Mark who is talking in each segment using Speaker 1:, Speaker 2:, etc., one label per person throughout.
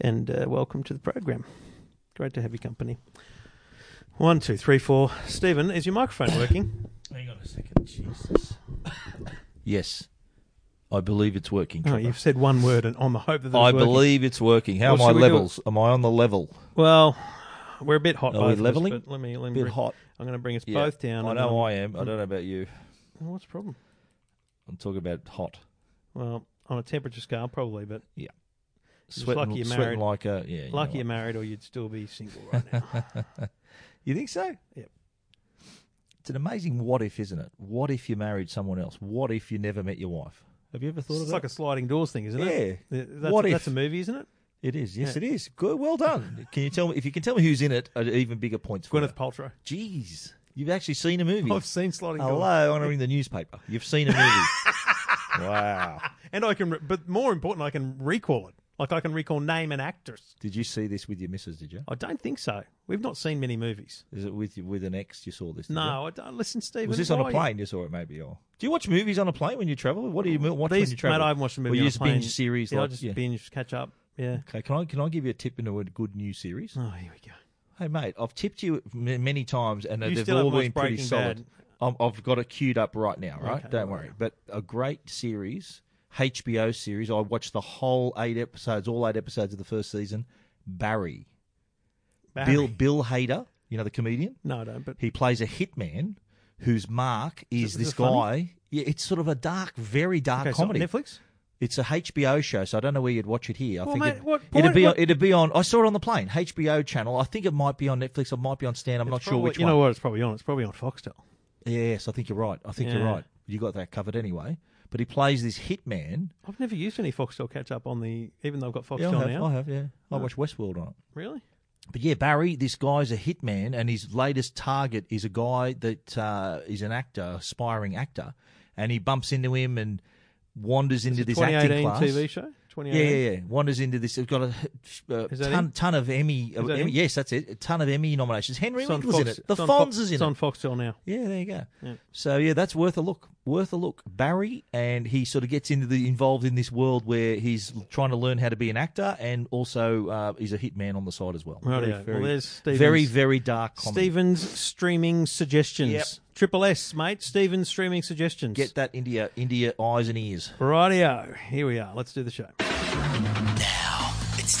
Speaker 1: and uh, welcome to the program. Great to have your company. One, two, three, four. Stephen, is your microphone working?
Speaker 2: Hang on a second, Jesus. yes, I believe it's working.
Speaker 1: Oh,
Speaker 2: Trevor.
Speaker 1: you've said one word and on the hope that it's
Speaker 2: I
Speaker 1: working.
Speaker 2: believe it's working.
Speaker 1: Well,
Speaker 2: How am I
Speaker 1: should we do
Speaker 2: levels? Am I on the level?
Speaker 1: Well, we're a bit hot.
Speaker 2: Are
Speaker 1: both
Speaker 2: we
Speaker 1: of us,
Speaker 2: levelling?
Speaker 1: but let me. Let
Speaker 2: A
Speaker 1: me.
Speaker 2: bit hot.
Speaker 1: I'm going to bring us
Speaker 2: Yeah,
Speaker 1: both down.
Speaker 2: I
Speaker 1: and
Speaker 2: know
Speaker 1: then-
Speaker 2: I am. I don't know about you.
Speaker 1: What's the problem?
Speaker 2: I'm talking about hot.
Speaker 1: Well, on a temperature scale, probably, but It's
Speaker 2: Sweating,
Speaker 1: lucky you're
Speaker 2: sweating
Speaker 1: married.
Speaker 2: like a yeah. you know
Speaker 1: lucky
Speaker 2: what.
Speaker 1: you're married, or you'd still be single right now.
Speaker 2: You think so?
Speaker 1: Yep.
Speaker 2: It's an amazing what if, isn't it? What if you married someone else? What if you never met your wife? Have you ever thought of
Speaker 1: it's
Speaker 2: that?
Speaker 1: like a sliding doors thing, isn't it?
Speaker 2: yeah,
Speaker 1: Th- That's,
Speaker 2: What if?
Speaker 1: that's a movie, isn't it?
Speaker 2: it is. Yes,
Speaker 1: Yeah.
Speaker 2: it is. Good. Well done. can you tell me if you can tell me who's in it? I'd even bigger points for
Speaker 1: Gwyneth Oh,
Speaker 2: you.
Speaker 1: Paltrow.
Speaker 2: Jeez, you've actually seen a movie.
Speaker 1: I've seen sliding
Speaker 2: Hello,
Speaker 1: doors,
Speaker 2: I'm going to ring the newspaper. You've seen a movie. wow.
Speaker 1: and I can. Re- but more important, I can recall it. Like I can recall name and actress.
Speaker 2: Did you see this with your missus? Did you?
Speaker 1: I don't think so. We've not seen many movies.
Speaker 2: Is it with with an ex? You saw this? did
Speaker 1: No, I don't. Listen, Stephen.
Speaker 2: you? Was this on
Speaker 1: why-
Speaker 2: a plane? You saw it maybe, or do you watch movies on a plane when you travel? What do you mo- watch when
Speaker 1: These,
Speaker 2: you
Speaker 1: mate,
Speaker 2: travel?
Speaker 1: I haven't watched a movie.
Speaker 2: Or you
Speaker 1: on a
Speaker 2: just
Speaker 1: plane.
Speaker 2: binge series?
Speaker 1: Yeah, I
Speaker 2: like,
Speaker 1: just
Speaker 2: yeah.
Speaker 1: binge, catch up. Yeah.
Speaker 2: Okay, can I can I give you a tip into a good new series?
Speaker 1: Oh, here we go.
Speaker 2: Hey mate, I've tipped you m- many times, and
Speaker 1: You
Speaker 2: they've
Speaker 1: still
Speaker 2: all
Speaker 1: haven't
Speaker 2: been
Speaker 1: watched
Speaker 2: pretty
Speaker 1: Breaking
Speaker 2: solid.
Speaker 1: Bad.
Speaker 2: I'm, I've got it queued up right now, right?
Speaker 1: Okay.
Speaker 2: Don't worry. But a great series, HBO series. I watched the whole eight episodes, all eight episodes of the first season. Barry,
Speaker 1: Barry.
Speaker 2: Bill Bill Hader, you know the comedian.
Speaker 1: No, I don't. But
Speaker 2: He plays a hitman whose mark is,
Speaker 1: is
Speaker 2: this
Speaker 1: it
Speaker 2: guy.
Speaker 1: funny?
Speaker 2: Yeah, it's sort of a dark, very dark
Speaker 1: okay, so
Speaker 2: comedy.
Speaker 1: Netflix.
Speaker 2: It's a HBO show, so I don't know where you'd watch it here. I
Speaker 1: Well,
Speaker 2: think
Speaker 1: mate,
Speaker 2: it,
Speaker 1: what
Speaker 2: it'd
Speaker 1: point-
Speaker 2: be
Speaker 1: what-
Speaker 2: on, it'd be on. I saw it on the plane, HBO channel. I think it might be on Netflix. It might be on Stan. I'm not
Speaker 1: It's
Speaker 2: sure
Speaker 1: probably-
Speaker 2: which
Speaker 1: You
Speaker 2: one.
Speaker 1: know what? It's probably on. It's probably on Foxtel.
Speaker 2: Yes, I think you're right. I think you're
Speaker 1: Yeah.
Speaker 2: right. You got that covered anyway. But he plays this hitman.
Speaker 1: I've never used any Foxtel catch up on the. Even though I've got
Speaker 2: Yeah,
Speaker 1: Foxtel
Speaker 2: I have.
Speaker 1: now.
Speaker 2: I have. Yeah, I watch Westworld on it.
Speaker 1: Really?
Speaker 2: But yeah, Barry, this guy's a hitman, and his latest target is a guy that uh, is an actor, aspiring actor, and he bumps into him and wanders into this acting
Speaker 1: 2018
Speaker 2: class.
Speaker 1: TV show.
Speaker 2: Yeah,
Speaker 1: 2018.
Speaker 2: yeah, yeah. Wanders into this. It's got a uh,
Speaker 1: Is that
Speaker 2: ton,
Speaker 1: him?
Speaker 2: ton of Emmy, uh,
Speaker 1: Is that
Speaker 2: Emmy-
Speaker 1: him?
Speaker 2: Yes, that's it. A ton of Emmy nominations. Henry
Speaker 1: It's on
Speaker 2: Winkler's in
Speaker 1: Fox-
Speaker 2: it. The
Speaker 1: it's on
Speaker 2: Fonz
Speaker 1: Fox-
Speaker 2: is in
Speaker 1: It's
Speaker 2: it.
Speaker 1: on Foxtel now.
Speaker 2: Yeah, there you go.
Speaker 1: Yeah.
Speaker 2: So yeah, that's worth a look. Worth a look. Barry, and he sort of gets into the involved in this world where he's trying to learn how to be an actor, and also uh, he's a hitman on the side as well.
Speaker 1: Rightio. Well, there's Stevens.
Speaker 2: very, very dark. Comedy.
Speaker 1: Stephen's streaming suggestions.
Speaker 2: Yep.
Speaker 1: Triple S, mate. Stephen's streaming suggestions.
Speaker 2: Get that into your into your eyes and ears.
Speaker 1: Rightio. Here we are. Let's do the show.
Speaker 3: Now, it's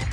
Speaker 3: and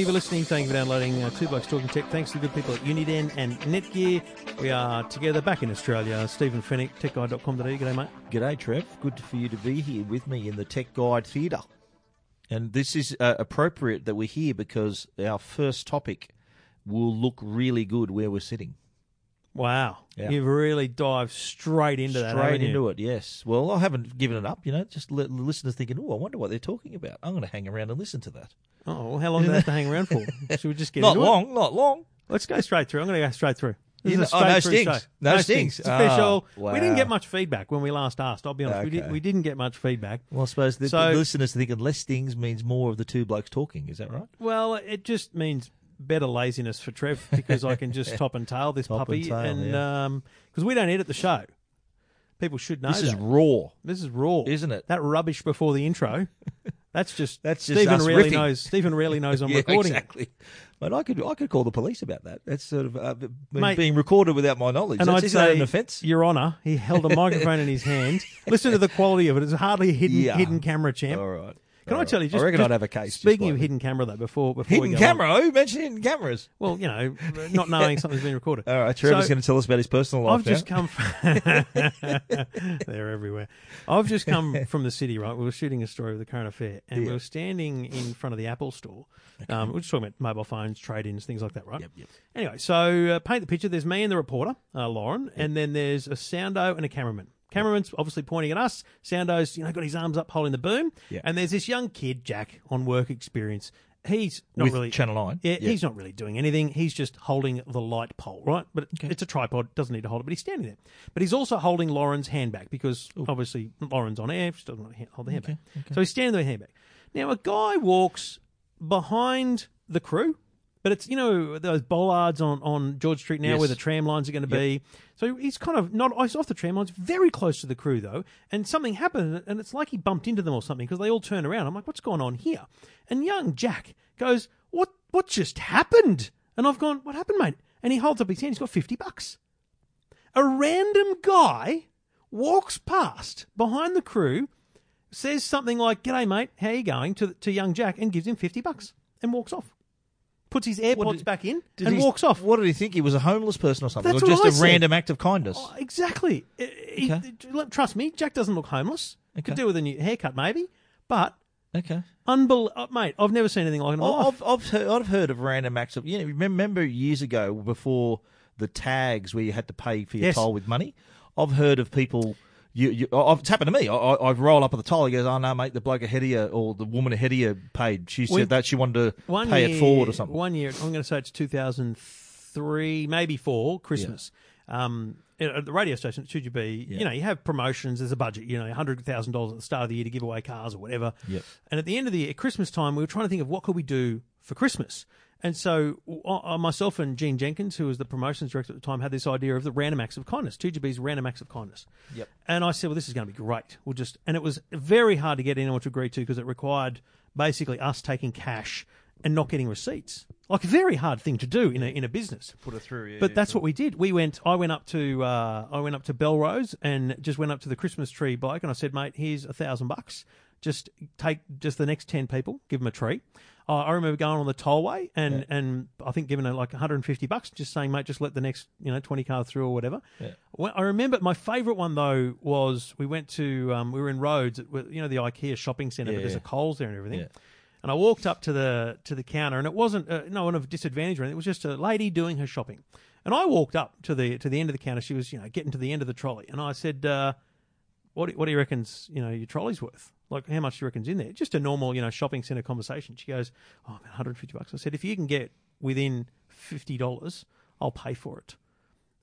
Speaker 1: you for listening. Thank you for downloading uh, Two Blokes Talking Tech. Thanks to the good people at Uniden and Netgear. We are together back in Australia. Stephen Fennick, techguide.com.au. G'day, mate.
Speaker 2: G'day, Trev. Good for you to be here with me in the Tech Guide Theatre. And this is uh, appropriate that we're here because our first topic will look really good where we're sitting.
Speaker 1: Wow.
Speaker 2: Yeah.
Speaker 1: You've really dived straight into that.
Speaker 2: Straight into it, yes. Well, I haven't given it up, you know, just li- listeners thinking, oh, I wonder what they're talking about. I'm going to hang around and listen to that.
Speaker 1: Oh, well, how long do they have to hang around for? Should we just get
Speaker 2: not
Speaker 1: into it?
Speaker 2: long, not long.
Speaker 1: Let's go straight through. I'm going to go straight through. This
Speaker 2: You
Speaker 1: is a
Speaker 2: know- oh, no
Speaker 1: straight through
Speaker 2: stings.
Speaker 1: show.
Speaker 2: No stings.
Speaker 1: It's official.
Speaker 2: Oh,
Speaker 1: We didn't get
Speaker 2: wow.
Speaker 1: much feedback when we last asked. I'll be honest. We, did,
Speaker 2: Okay.
Speaker 1: we didn't get much feedback.
Speaker 2: Well, I suppose the,
Speaker 1: So-
Speaker 2: the listeners are thinking less things means more of the two blokes talking. Is that right?
Speaker 1: Well, it just means better laziness for Trev because I can just top and tail this
Speaker 2: Top and
Speaker 1: puppy,
Speaker 2: tail,
Speaker 1: and because we don't edit the show, people should know
Speaker 2: This is
Speaker 1: that.
Speaker 2: raw.
Speaker 1: this is raw,
Speaker 2: Isn't it?
Speaker 1: That rubbish before the intro. That's just
Speaker 2: That's just
Speaker 1: Stephen
Speaker 2: us
Speaker 1: really
Speaker 2: riffing.
Speaker 1: knows. Stephen really knows I'm
Speaker 2: Yeah,
Speaker 1: recording. it.
Speaker 2: exactly. But I could I could call the police about that. That's sort of uh, b- b-
Speaker 1: Mate.
Speaker 2: being recorded without my knowledge.
Speaker 1: And
Speaker 2: That's,
Speaker 1: I'd
Speaker 2: isn't that
Speaker 1: say,
Speaker 2: an offence?
Speaker 1: Your Honour, he held a microphone in his hand. Listen to the quality of it. It's hardly a hidden
Speaker 2: Yeah.
Speaker 1: hidden camera, champ.
Speaker 2: All right.
Speaker 1: Can
Speaker 2: All
Speaker 1: I tell you?
Speaker 2: right.
Speaker 1: Just,
Speaker 2: I reckon
Speaker 1: just-
Speaker 2: I'd have a case. just
Speaker 1: Speaking
Speaker 2: like
Speaker 1: of
Speaker 2: that.
Speaker 1: hidden camera, though, before before we
Speaker 2: hidden
Speaker 1: go on.
Speaker 2: camera. Who mentioned hidden cameras?
Speaker 1: well, you know, not knowing something's been recorded.
Speaker 2: All right. Trevor's
Speaker 1: So-
Speaker 2: going to tell us about his personal life.
Speaker 1: I've just come. From They're everywhere. I've just come from the city. Right, we were shooting a story with the current affair, and we were standing in front of the Apple store. Um, we we're just talking about mobile phones, trade-ins, things like that, right? Yep. yep. Anyway, so uh, paint the picture. There's me and the reporter, uh, Lauren, and then there's a soundo and a cameraman. Cameraman's obviously pointing at us. Soundo's, you know, got his arms up holding the boom.
Speaker 2: Yeah.
Speaker 1: And there's this young kid, Jack, on work experience. He's not
Speaker 2: With
Speaker 1: really
Speaker 2: Channel 9.
Speaker 1: Yeah, he's not really doing anything. He's just holding the light pole, right? But it's a tripod, doesn't need to hold it, but he's standing there. But he's also holding Lauren's handbag because obviously Lauren's on air, she doesn't want to ha- hold the handbag. So he's standing there with the handbag. Now, a guy walks behind the crew, but it's, you know, those bollards on, on George Street now
Speaker 2: Yes.
Speaker 1: where the tram lines are going to be. So he's kind of not he's off the tram lines, very close to the crew though, and something happened, and it's like he bumped into them or something because they all turn around. I'm like, what's going on here? And young Jack goes, what what just happened? And I've gone, what happened, mate? And he holds up his hand. He's got fifty bucks. A random guy walks past behind the crew, says something like, "G'day, mate. How you going?" to to young Jack and gives him fifty bucks and walks off. Puts his AirPods
Speaker 2: did-
Speaker 1: back in
Speaker 2: Did
Speaker 1: and
Speaker 2: he-
Speaker 1: walks off.
Speaker 2: What did he think? He was a homeless person or something,
Speaker 1: That's
Speaker 2: or
Speaker 1: what
Speaker 2: just
Speaker 1: I
Speaker 2: a
Speaker 1: said.
Speaker 2: random act of kindness?
Speaker 1: Oh, exactly. Uh, he-
Speaker 2: Okay.
Speaker 1: look, trust me, Jack doesn't look homeless.
Speaker 2: Okay.
Speaker 1: Could do with a new haircut, maybe. But
Speaker 2: okay.
Speaker 1: unbel- uh, mate, I've never seen anything like it in my
Speaker 2: Oh,
Speaker 1: life.
Speaker 2: I've, I've, heard, I've heard of random acts of. You know, remember years ago before the tags where you had to pay for your
Speaker 1: Yes.
Speaker 2: toll with money? I've heard of people. You, you, I- it's happened to me. I, I, I roll up at the toll. He goes, "Oh no, mate, the bloke ahead of you or the woman ahead of you paid. She said
Speaker 1: We-
Speaker 2: that she wanted to
Speaker 1: One
Speaker 2: pay
Speaker 1: year,
Speaker 2: it forward or something."
Speaker 1: One year, I'm going to say it's 2003, maybe four, Christmas. Um, you know, at the radio station at 2GB, you know, you have promotions, there's a budget, you know, $100,000 at the start of the year to give away cars or whatever.
Speaker 2: Yep.
Speaker 1: And at the end of the year, at Christmas time, we were trying to think of what could we do for Christmas. And so uh, myself and Gene Jenkins, who was the promotions director at the time, had this idea of the random acts of kindness, 2GB's random acts of kindness.
Speaker 2: Yep.
Speaker 1: And I said, well, this is going to be great. We'll just, and it was very hard to get anyone to agree to because it required basically us taking cash and not getting receipts. Like a very hard thing to do in a, in a business. Put it through, But that's what we did. We went, I went up to, uh, I went up to Belrose and just went up to the Christmas tree bloke and I said, mate, here's a thousand bucks. Just take just the next 10 people, give them a tree. Uh, I remember going on the tollway and, and I think giving it like 150 bucks, just saying, mate, just let the next, you know, 20 car through or whatever. Well, I remember my favourite one though was we went to, um, we were in Rhodes, at, you know, the IKEA shopping centre, but there's a Coles there and everything.
Speaker 2: Yeah.
Speaker 1: And I walked up to the to the counter, and it wasn't uh, no one of disadvantage or anything. It was just a lady doing her shopping. And I walked up to the to the end of the counter. She was, you know, getting to the end of the trolley, and I said, uh, "What do, what do you reckon's you know your trolley's worth? Like how much do you reckon's in there?" Just a normal you know shopping centre conversation. She goes, "Oh, man, 150 bucks." I said, "If you can get within fifty dollars, I'll pay for it."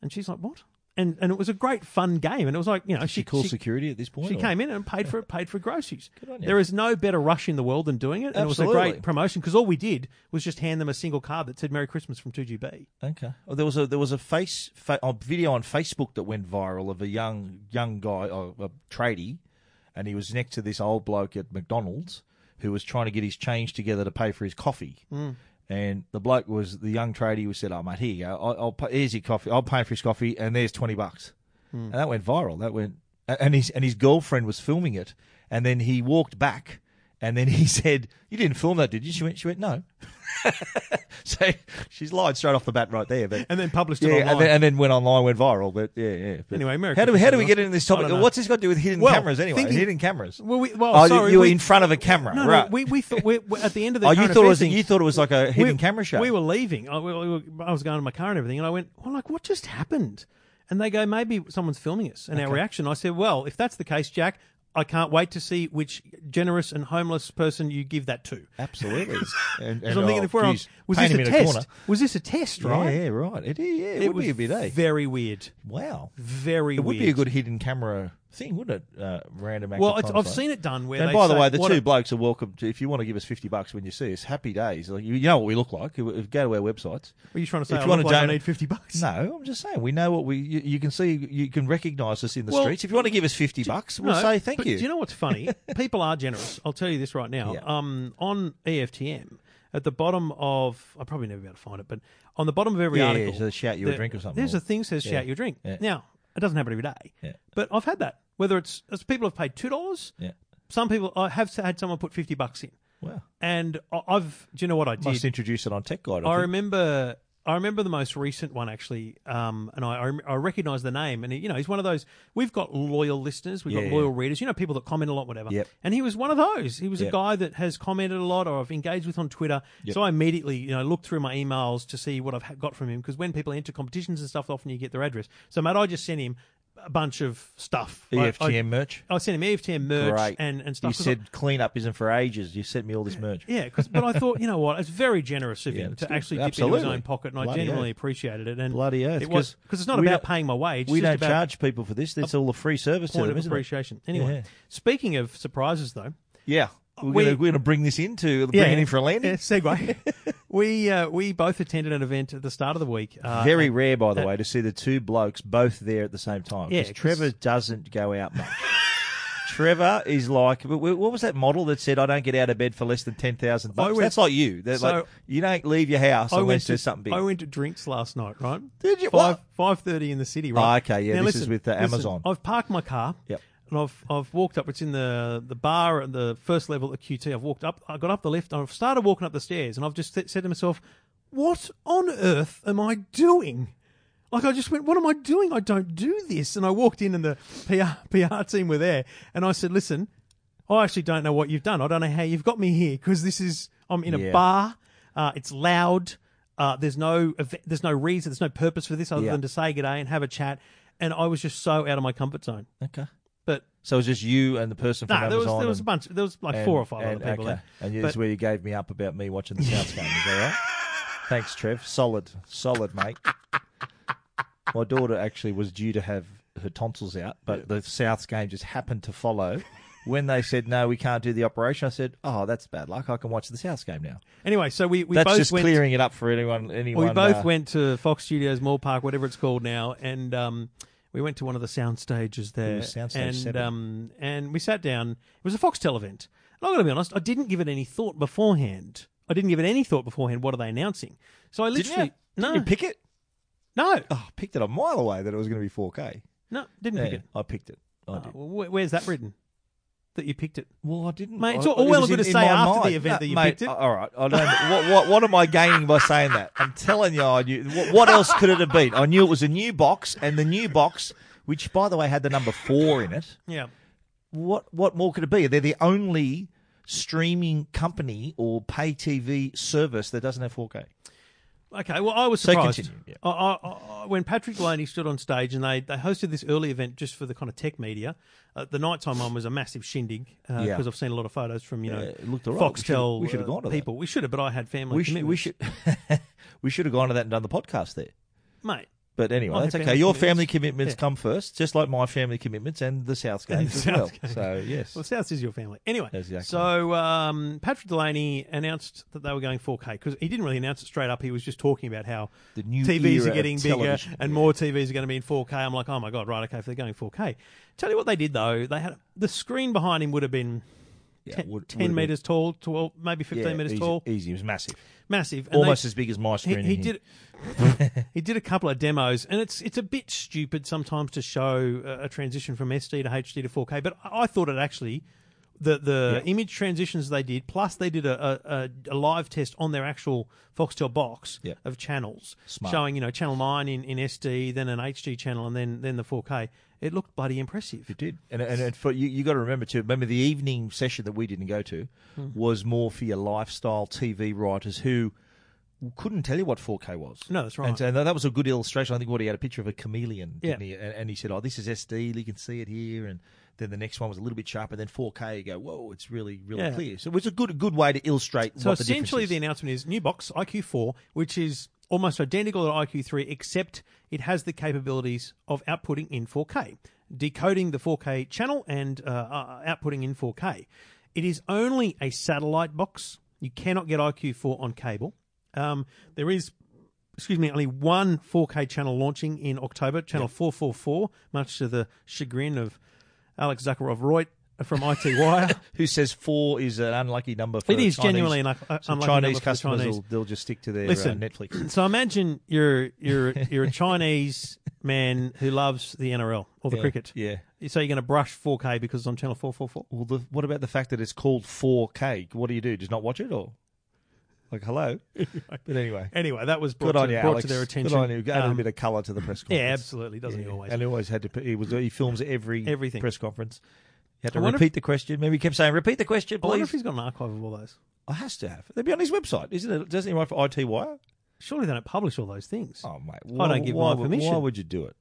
Speaker 1: And she's like, "What?" And and it was a great fun game, and it was like you know
Speaker 2: She called security at this point.
Speaker 1: she
Speaker 2: or-
Speaker 1: came in and paid for it, paid for groceries.
Speaker 2: on you.
Speaker 1: There is no better rush in the world than doing it. And it was a
Speaker 2: Absolutely.
Speaker 1: great promotion because all we did was just hand them a single card that said Merry Christmas from 2GB.
Speaker 2: Okay. Well, there was a there was a face fa- a video on Facebook that went viral of a young young guy, a, a tradie, and he was next to this old bloke at McDonald's who was trying to get his change together to pay for his coffee. And the bloke was the young tradie was said, "Oh mate, here you go. I'll, I'll pay, here's your coffee. I'll pay for his coffee, and there's twenty bucks."
Speaker 1: Hmm.
Speaker 2: And that went viral. That went, a- and his and his girlfriend was filming it, and then he walked back. And then he said, "You didn't film that, did you?" She went, "She went, no." so she's lied straight off the bat right there. But
Speaker 1: And then published it
Speaker 2: yeah,
Speaker 1: online.
Speaker 2: and then, and then went online, went viral. But yeah, yeah. But
Speaker 1: Anyway, Merry
Speaker 2: how do we,
Speaker 1: Christmas,
Speaker 2: how do we
Speaker 1: everyone.
Speaker 2: get into this
Speaker 1: I
Speaker 2: topic?
Speaker 1: don't know.
Speaker 2: What's this got to do with hidden
Speaker 1: Well,
Speaker 2: cameras anyway?
Speaker 1: thinking-
Speaker 2: hidden cameras.
Speaker 1: Well, we, well,
Speaker 2: oh, you-
Speaker 1: sorry,
Speaker 2: you were
Speaker 1: we-
Speaker 2: in front of a camera,
Speaker 1: No, no,
Speaker 2: right?
Speaker 1: we, we thought we, we- at the end of the
Speaker 2: oh, you
Speaker 1: current
Speaker 2: thought it was
Speaker 1: affairs
Speaker 2: you
Speaker 1: thing-
Speaker 2: thought it was like a hidden camera show.
Speaker 1: We were leaving. I, we, we were, I was going to my car and everything, and I went, "Well, like, what just happened?" And they go, "Maybe someone's filming us." And our reaction, I said, "Well, if that's the case, Jack." I can't wait to see which generous and homeless person you give that to.
Speaker 2: absolutely. and,
Speaker 1: Because I'm thinking
Speaker 2: oh,
Speaker 1: if we're on,
Speaker 2: geez,
Speaker 1: was
Speaker 2: paint
Speaker 1: this
Speaker 2: him
Speaker 1: a
Speaker 2: in
Speaker 1: test?
Speaker 2: corner.
Speaker 1: was this a test, right?
Speaker 2: Yeah, right. It, is, yeah, it, would
Speaker 1: was
Speaker 2: be a bit, eh?
Speaker 1: Very weird.
Speaker 2: Wow.
Speaker 1: Very
Speaker 2: It
Speaker 1: weird.
Speaker 2: would be a good hidden camera thing, wouldn't it? Uh, random. act
Speaker 1: Well,
Speaker 2: of
Speaker 1: it's,
Speaker 2: kindness,
Speaker 1: I've
Speaker 2: like-
Speaker 1: seen it done where.
Speaker 2: And
Speaker 1: they
Speaker 2: by the
Speaker 1: say,
Speaker 2: way, the
Speaker 1: what
Speaker 2: two
Speaker 1: a-
Speaker 2: blokes are welcome to. If you want to give us fifty bucks when you see us, happy days. Like you, you know what we look like. You you go to our websites.
Speaker 1: Are you trying to say
Speaker 2: if
Speaker 1: I
Speaker 2: you want
Speaker 1: look
Speaker 2: to
Speaker 1: like I
Speaker 2: donate-
Speaker 1: need fifty bucks?
Speaker 2: No, I'm just saying we know what we. You, you can see, you can recognise us in the
Speaker 1: Well,
Speaker 2: streets. If you want to give us fifty bucks, we'll
Speaker 1: No,
Speaker 2: say thank
Speaker 1: but
Speaker 2: you.
Speaker 1: Do you know what's funny? People are generous. I'll tell you this right now.
Speaker 2: Yeah.
Speaker 1: Um, on EFTM, at the bottom of, I'll probably never be able to find it, but on the bottom of every
Speaker 2: Yeah, yeah,
Speaker 1: article,
Speaker 2: so shout you a
Speaker 1: there-
Speaker 2: drink or something,
Speaker 1: There's
Speaker 2: or-
Speaker 1: a thing that says shout you a drink.
Speaker 2: Yeah.
Speaker 1: Now it doesn't happen every day,
Speaker 2: Yeah.
Speaker 1: but I've had that. Whether it's, it's people have paid two dollars.
Speaker 2: Yeah.
Speaker 1: Some people I have had someone put fifty bucks in,
Speaker 2: Wow.
Speaker 1: and I- I've. Do you know what I did?
Speaker 2: Must introduce it on Tech Guide.
Speaker 1: I
Speaker 2: I think.
Speaker 1: remember. I remember the most recent one actually, um, and I, I, rem- I recognise the name. And he, you know, he's one of those. We've got loyal listeners, we've
Speaker 2: Yeah,
Speaker 1: got
Speaker 2: yeah.
Speaker 1: loyal readers. You know, people that comment a lot, whatever.
Speaker 2: Yep.
Speaker 1: And he was one of those. He was
Speaker 2: Yep.
Speaker 1: a guy that has commented a lot, or I've engaged with on Twitter. So I immediately, you know, looked through my emails to see what I've ha- got from him because when people enter competitions and stuff, often you get their address. So mate, I just sent him a bunch of stuff. Like,
Speaker 2: EFTM merch.
Speaker 1: I, I sent him E EFTM merch
Speaker 2: Great.
Speaker 1: and and
Speaker 2: You
Speaker 1: stuff. 'cause I-
Speaker 2: said cleanup isn't for ages. You sent me all this merch.
Speaker 1: Yeah, 'cause- but I thought, you know what, it's very generous of
Speaker 2: Yeah,
Speaker 1: him
Speaker 2: it's
Speaker 1: to
Speaker 2: good.
Speaker 1: actually dip into
Speaker 2: Absolutely.
Speaker 1: his own pocket, and I
Speaker 2: Bloody
Speaker 1: genuinely
Speaker 2: oath.
Speaker 1: appreciated it. And
Speaker 2: Bloody oath,
Speaker 1: it was
Speaker 2: 'cause
Speaker 1: because it's not
Speaker 2: we
Speaker 1: about
Speaker 2: don't-
Speaker 1: paying my wage;
Speaker 2: we
Speaker 1: it's just
Speaker 2: don't
Speaker 1: about
Speaker 2: charge people for this. That's all a free service to
Speaker 1: point of
Speaker 2: them, isn't it?
Speaker 1: appreciation. Anyway,
Speaker 2: Yeah.
Speaker 1: speaking of surprises, though,
Speaker 2: Yeah. We're
Speaker 1: We-
Speaker 2: going to bring this into bring it in for a landing.
Speaker 1: Yeah, segue. we uh, we both attended an event at the start of the week. Uh,
Speaker 2: Very rare, by the way, to see the two blokes both there at the same time.
Speaker 1: Yeah,
Speaker 2: Because Trevor doesn't go out much. Trevor is like, wh- wh- what was that model that said, "I don't get out of bed for less than ten thousand bucks"?
Speaker 1: went-
Speaker 2: That's like you. That
Speaker 1: So-
Speaker 2: like you don't leave your house
Speaker 1: I went
Speaker 2: unless
Speaker 1: to
Speaker 2: there's something big.
Speaker 1: I went to drinks last night, right?
Speaker 2: Did you?
Speaker 1: Five
Speaker 2: What?
Speaker 1: five thirty in the city, right?
Speaker 2: Ah, okay, yeah, this is with the Amazon.
Speaker 1: I've parked my car.
Speaker 2: Yep.
Speaker 1: And I've I've walked up. It's in the the bar at the first level at QT. I've walked up. I got up the lift. I've started walking up the stairs, and I've just said to myself, "What on earth am I doing?" Like I just went, "What am I doing? I don't do this." And I walked in, and the PR PR team were there, and I said, "Listen, I actually don't know what you've done. I don't know how you've got me here because this is I'm in a
Speaker 2: Yeah.
Speaker 1: bar. Uh, it's loud. Uh, there's no ev- there's no reason. There's no purpose for this other
Speaker 2: Yeah.
Speaker 1: than to say good day and have a chat." And I was just so out of my comfort zone.
Speaker 2: okay.
Speaker 1: But
Speaker 2: So it was just you and the person from
Speaker 1: no, there was
Speaker 2: Amazon.
Speaker 1: there was a
Speaker 2: and-
Speaker 1: bunch. There was like
Speaker 2: and-
Speaker 1: four or five
Speaker 2: and-
Speaker 1: other people
Speaker 2: Okay.
Speaker 1: there.
Speaker 2: And this
Speaker 1: But-
Speaker 2: is where you gave me up about me watching the South game. Is that right? Thanks, Trev. Solid, solid, mate. My daughter actually was due to have her tonsils out, but the Souths game just happened to follow. When they said no, we can't do the operation, I said, "Oh, that's bad luck. I can watch the Souths game now."
Speaker 1: Anyway, so we, we
Speaker 2: that's
Speaker 1: both
Speaker 2: just
Speaker 1: went.
Speaker 2: clearing it up for anyone. Anyone?
Speaker 1: we both
Speaker 2: uh,
Speaker 1: went to Fox Studios Mall Park, whatever it's called now, and um, we went to one of the sound stages there.
Speaker 2: was Soundstage
Speaker 1: and
Speaker 2: seven.
Speaker 1: um, and we sat down. It was a Foxtel event. And I'm going to be honest, I didn't give it any thought beforehand. I didn't give it any thought beforehand. What are they announcing? So I
Speaker 2: Didn't you?
Speaker 1: literally
Speaker 2: Didn't
Speaker 1: no
Speaker 2: you pick it?
Speaker 1: no
Speaker 2: Oh, I picked it a mile away that it was going to be 4K.
Speaker 1: no didn't
Speaker 2: Yeah,
Speaker 1: pick it.
Speaker 2: I picked it. I
Speaker 1: Oh,
Speaker 2: did.
Speaker 1: well, wh- where's that written? That you picked it.
Speaker 2: Well, I didn't.
Speaker 1: Mate, it's
Speaker 2: I-
Speaker 1: all- all
Speaker 2: it
Speaker 1: well
Speaker 2: was
Speaker 1: and good
Speaker 2: in-
Speaker 1: to
Speaker 2: in
Speaker 1: say
Speaker 2: my
Speaker 1: after the
Speaker 2: mind.
Speaker 1: event that you
Speaker 2: mate,
Speaker 1: picked it.
Speaker 2: a- All right, I don't. what, what what am I gaining by saying that? I'm telling you, I knew. What, what else could it have been? I knew it was a new box, and the new box, which by the way had the number four in it.
Speaker 1: Yeah.
Speaker 2: What what more could it be? They're the only streaming company or pay TV service that doesn't have 4K.
Speaker 1: Okay, well, I was
Speaker 2: So
Speaker 1: surprised.
Speaker 2: continue, yeah.
Speaker 1: I, I, I, when Patrick Laney stood on stage and they, they hosted this early event just for the kind of tech media, uh, the nighttime one was a massive shindig because
Speaker 2: Yeah.
Speaker 1: I've seen a lot of photos from you know
Speaker 2: Yeah, it looked all right. We should've-
Speaker 1: Foxtel
Speaker 2: we should've
Speaker 1: uh,
Speaker 2: gone to that.
Speaker 1: people. We should have, but I had family
Speaker 2: We should we
Speaker 1: commitments.
Speaker 2: should we should have gone to that and done the podcast there.
Speaker 1: mate.
Speaker 2: But anyway,
Speaker 1: I
Speaker 2: that's
Speaker 1: had
Speaker 2: okay.
Speaker 1: family
Speaker 2: Your
Speaker 1: commitments.
Speaker 2: family commitments
Speaker 1: Yeah.
Speaker 2: come first, just like my family commitments and the South
Speaker 1: And
Speaker 2: games
Speaker 1: the
Speaker 2: as
Speaker 1: South
Speaker 2: well.
Speaker 1: games.
Speaker 2: So yes,
Speaker 1: Well, South is your family. Anyway,
Speaker 2: Exactly.
Speaker 1: so um, Patrick Delaney announced that they were going 4K because he didn't really announce it straight up. He was just talking about how
Speaker 2: The new
Speaker 1: TVs
Speaker 2: era
Speaker 1: are
Speaker 2: of
Speaker 1: getting bigger
Speaker 2: television.
Speaker 1: and more TVs are going to be in 4K. I'm like, oh my God, right, okay, if they're going 4K. Tell you what they did though, they had the screen behind him would have been
Speaker 2: Yeah,
Speaker 1: 10,
Speaker 2: would-
Speaker 1: 10
Speaker 2: would've been-
Speaker 1: metres tall, 12, maybe 15
Speaker 2: Yeah,
Speaker 1: metres
Speaker 2: easy,
Speaker 1: tall,
Speaker 2: Easy, it was massive,
Speaker 1: massive. And
Speaker 2: almost
Speaker 1: they-
Speaker 2: as big as my
Speaker 1: he,
Speaker 2: screen.
Speaker 1: he
Speaker 2: in here.
Speaker 1: did he did a couple of demos and it's it's a bit stupid sometimes to show a, a transition from SD to HD to 4K but I I thought it actually the the image transitions they did plus they did a, a, a, a live test on their actual Foxtel box
Speaker 2: Yeah.
Speaker 1: of channels
Speaker 2: Smart.
Speaker 1: showing you know channel 9 in, in SD then an HD channel and then then the 4K it looked bloody impressive
Speaker 2: It did, and and, and for you, you got to remember too. Remember the evening session that we didn't go to
Speaker 1: Hmm.
Speaker 2: was more for your lifestyle TV writers who couldn't tell you what 4K was.
Speaker 1: No, that's right.
Speaker 2: And so that was a good illustration. I think what he had a picture of a chameleon, didn't
Speaker 1: Yeah.
Speaker 2: he? And, and he said, "Oh, this is SD. You can see it here." And then the next one was a little bit sharper. Then 4K, you go, "Whoa, it's really, really
Speaker 1: Yeah.
Speaker 2: clear." So it was a good, good way to illustrate.
Speaker 1: So
Speaker 2: what
Speaker 1: essentially,
Speaker 2: the,
Speaker 1: the
Speaker 2: difference
Speaker 1: announcement is new box IQ4, which is almost identical to IQ3, except it has the capabilities of outputting in 4K, decoding the 4K channel and uh, uh, outputting in 4K. It is only a satellite box. You cannot get IQ4 on cable. Um, there is excuse me, only one 4K channel launching in October, channel 444, much to the chagrin of Alex Zakharov-Royt from IT Wire.
Speaker 2: is. who says four is an unlucky number for
Speaker 1: It is
Speaker 2: Chinese-
Speaker 1: genuinely an un-
Speaker 2: so
Speaker 1: unlucky
Speaker 2: Chinese
Speaker 1: number for the
Speaker 2: customers
Speaker 1: Chinese.
Speaker 2: Will, they'll just stick to their
Speaker 1: Listen,
Speaker 2: uh, Netflix.
Speaker 1: So imagine you're you're you're a Chinese man who loves the NRL or the cricket.
Speaker 2: Yeah.
Speaker 1: So you're going to brush 4K because it's on channel 444.
Speaker 2: Well, the, what about the fact that it's called 4K? What do you do? Just not watch it, or like hello? but anyway,
Speaker 1: Anyway, that was brought,
Speaker 2: good
Speaker 1: to,
Speaker 2: on you,
Speaker 1: brought
Speaker 2: Alex.
Speaker 1: to their attention.
Speaker 2: Good on you. Added a
Speaker 1: Um,
Speaker 2: bit of colour to the press
Speaker 1: yeah,
Speaker 2: conference.
Speaker 1: absolutely. Doesn't he always?
Speaker 2: And he always had to. He was. He films every
Speaker 1: Everything.
Speaker 2: press conference. He had to
Speaker 1: I wonder if-
Speaker 2: repeat the question. Maybe he kept saying, "Repeat the question,
Speaker 1: I wonder if
Speaker 2: please."
Speaker 1: he's got an archive of all those.
Speaker 2: I has to have. They'd be on his website, isn't it? Doesn't he write for IT Wire?
Speaker 1: Surely they don't publish all those things.
Speaker 2: Oh mate,
Speaker 1: I don't give
Speaker 2: why
Speaker 1: my
Speaker 2: would-
Speaker 1: permission.
Speaker 2: Why would you do it?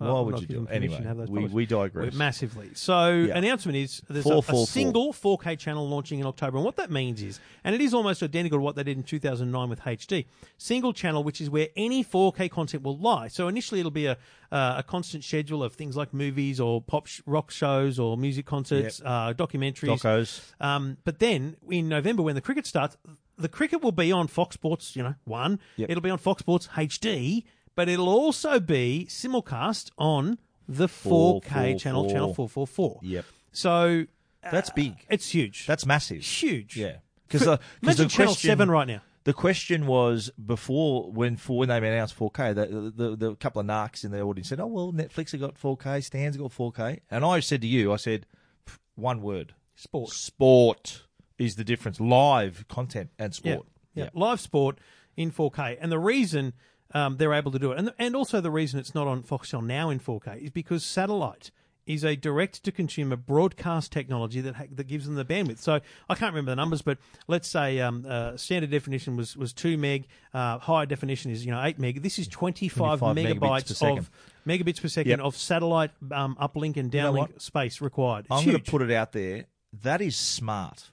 Speaker 1: Uh,
Speaker 2: Why
Speaker 1: I'm
Speaker 2: would
Speaker 1: not
Speaker 2: you do
Speaker 1: giving
Speaker 2: it? Anyway,
Speaker 1: permission to have those
Speaker 2: we-
Speaker 1: comments.
Speaker 2: we digress.
Speaker 1: We're massively. So
Speaker 2: Yeah.
Speaker 1: announcement is there's
Speaker 2: Four,
Speaker 1: a,
Speaker 2: four, four.
Speaker 1: a single 4K channel launching in October, and what that means is, and it is almost identical to what they did in 2009 with HD, single channel, which is where any 4K content will lie. So initially it'll be a uh, a constant schedule of things like movies or pop sh- rock shows or music concerts, uh, documentaries,
Speaker 2: Docos.
Speaker 1: um, but then in November, when the cricket starts, the cricket will be on Fox Sports, you know, one.
Speaker 2: Yep.
Speaker 1: It'll be on Fox Sports HD, but it'll also be simulcast on the 4K
Speaker 2: Four, four,
Speaker 1: channel,
Speaker 2: four.
Speaker 1: channel 444.
Speaker 2: Yep.
Speaker 1: So
Speaker 2: That's big.
Speaker 1: it's huge.
Speaker 2: That's massive.
Speaker 1: huge.
Speaker 2: Yeah. Because the, 'cause
Speaker 1: Imagine
Speaker 2: the
Speaker 1: Channel
Speaker 2: question-
Speaker 1: 7 right now.
Speaker 2: The question was before when for when they announced 4K, the, the, the couple of narcs in the audience said, "Oh well, Netflix have got 4K, Stan's got 4K," and I said to you, I said, "Pff, one word,
Speaker 1: Sport.
Speaker 2: sport is the difference. Live content and
Speaker 1: Yeah.
Speaker 2: sport.
Speaker 1: yeah. Live sport in 4K. And the reason um, they're able to do it, and, and also the reason it's not on Foxtel now in 4K, is because satellite is a direct to consumer broadcast technology that ha- that gives them the bandwidth. So I can't remember the numbers, but let's say um, uh, standard definition was, was 2 meg, uh, higher definition is you know 8 meg. This is 25,
Speaker 2: 25 megabits per
Speaker 1: megabytes
Speaker 2: second.
Speaker 1: of megabits per second
Speaker 2: Yep.
Speaker 1: of satellite um, uplink and
Speaker 2: know
Speaker 1: downlink
Speaker 2: what?
Speaker 1: space required. It's
Speaker 2: I'm going
Speaker 1: huge.
Speaker 2: to put it out there. That is smart.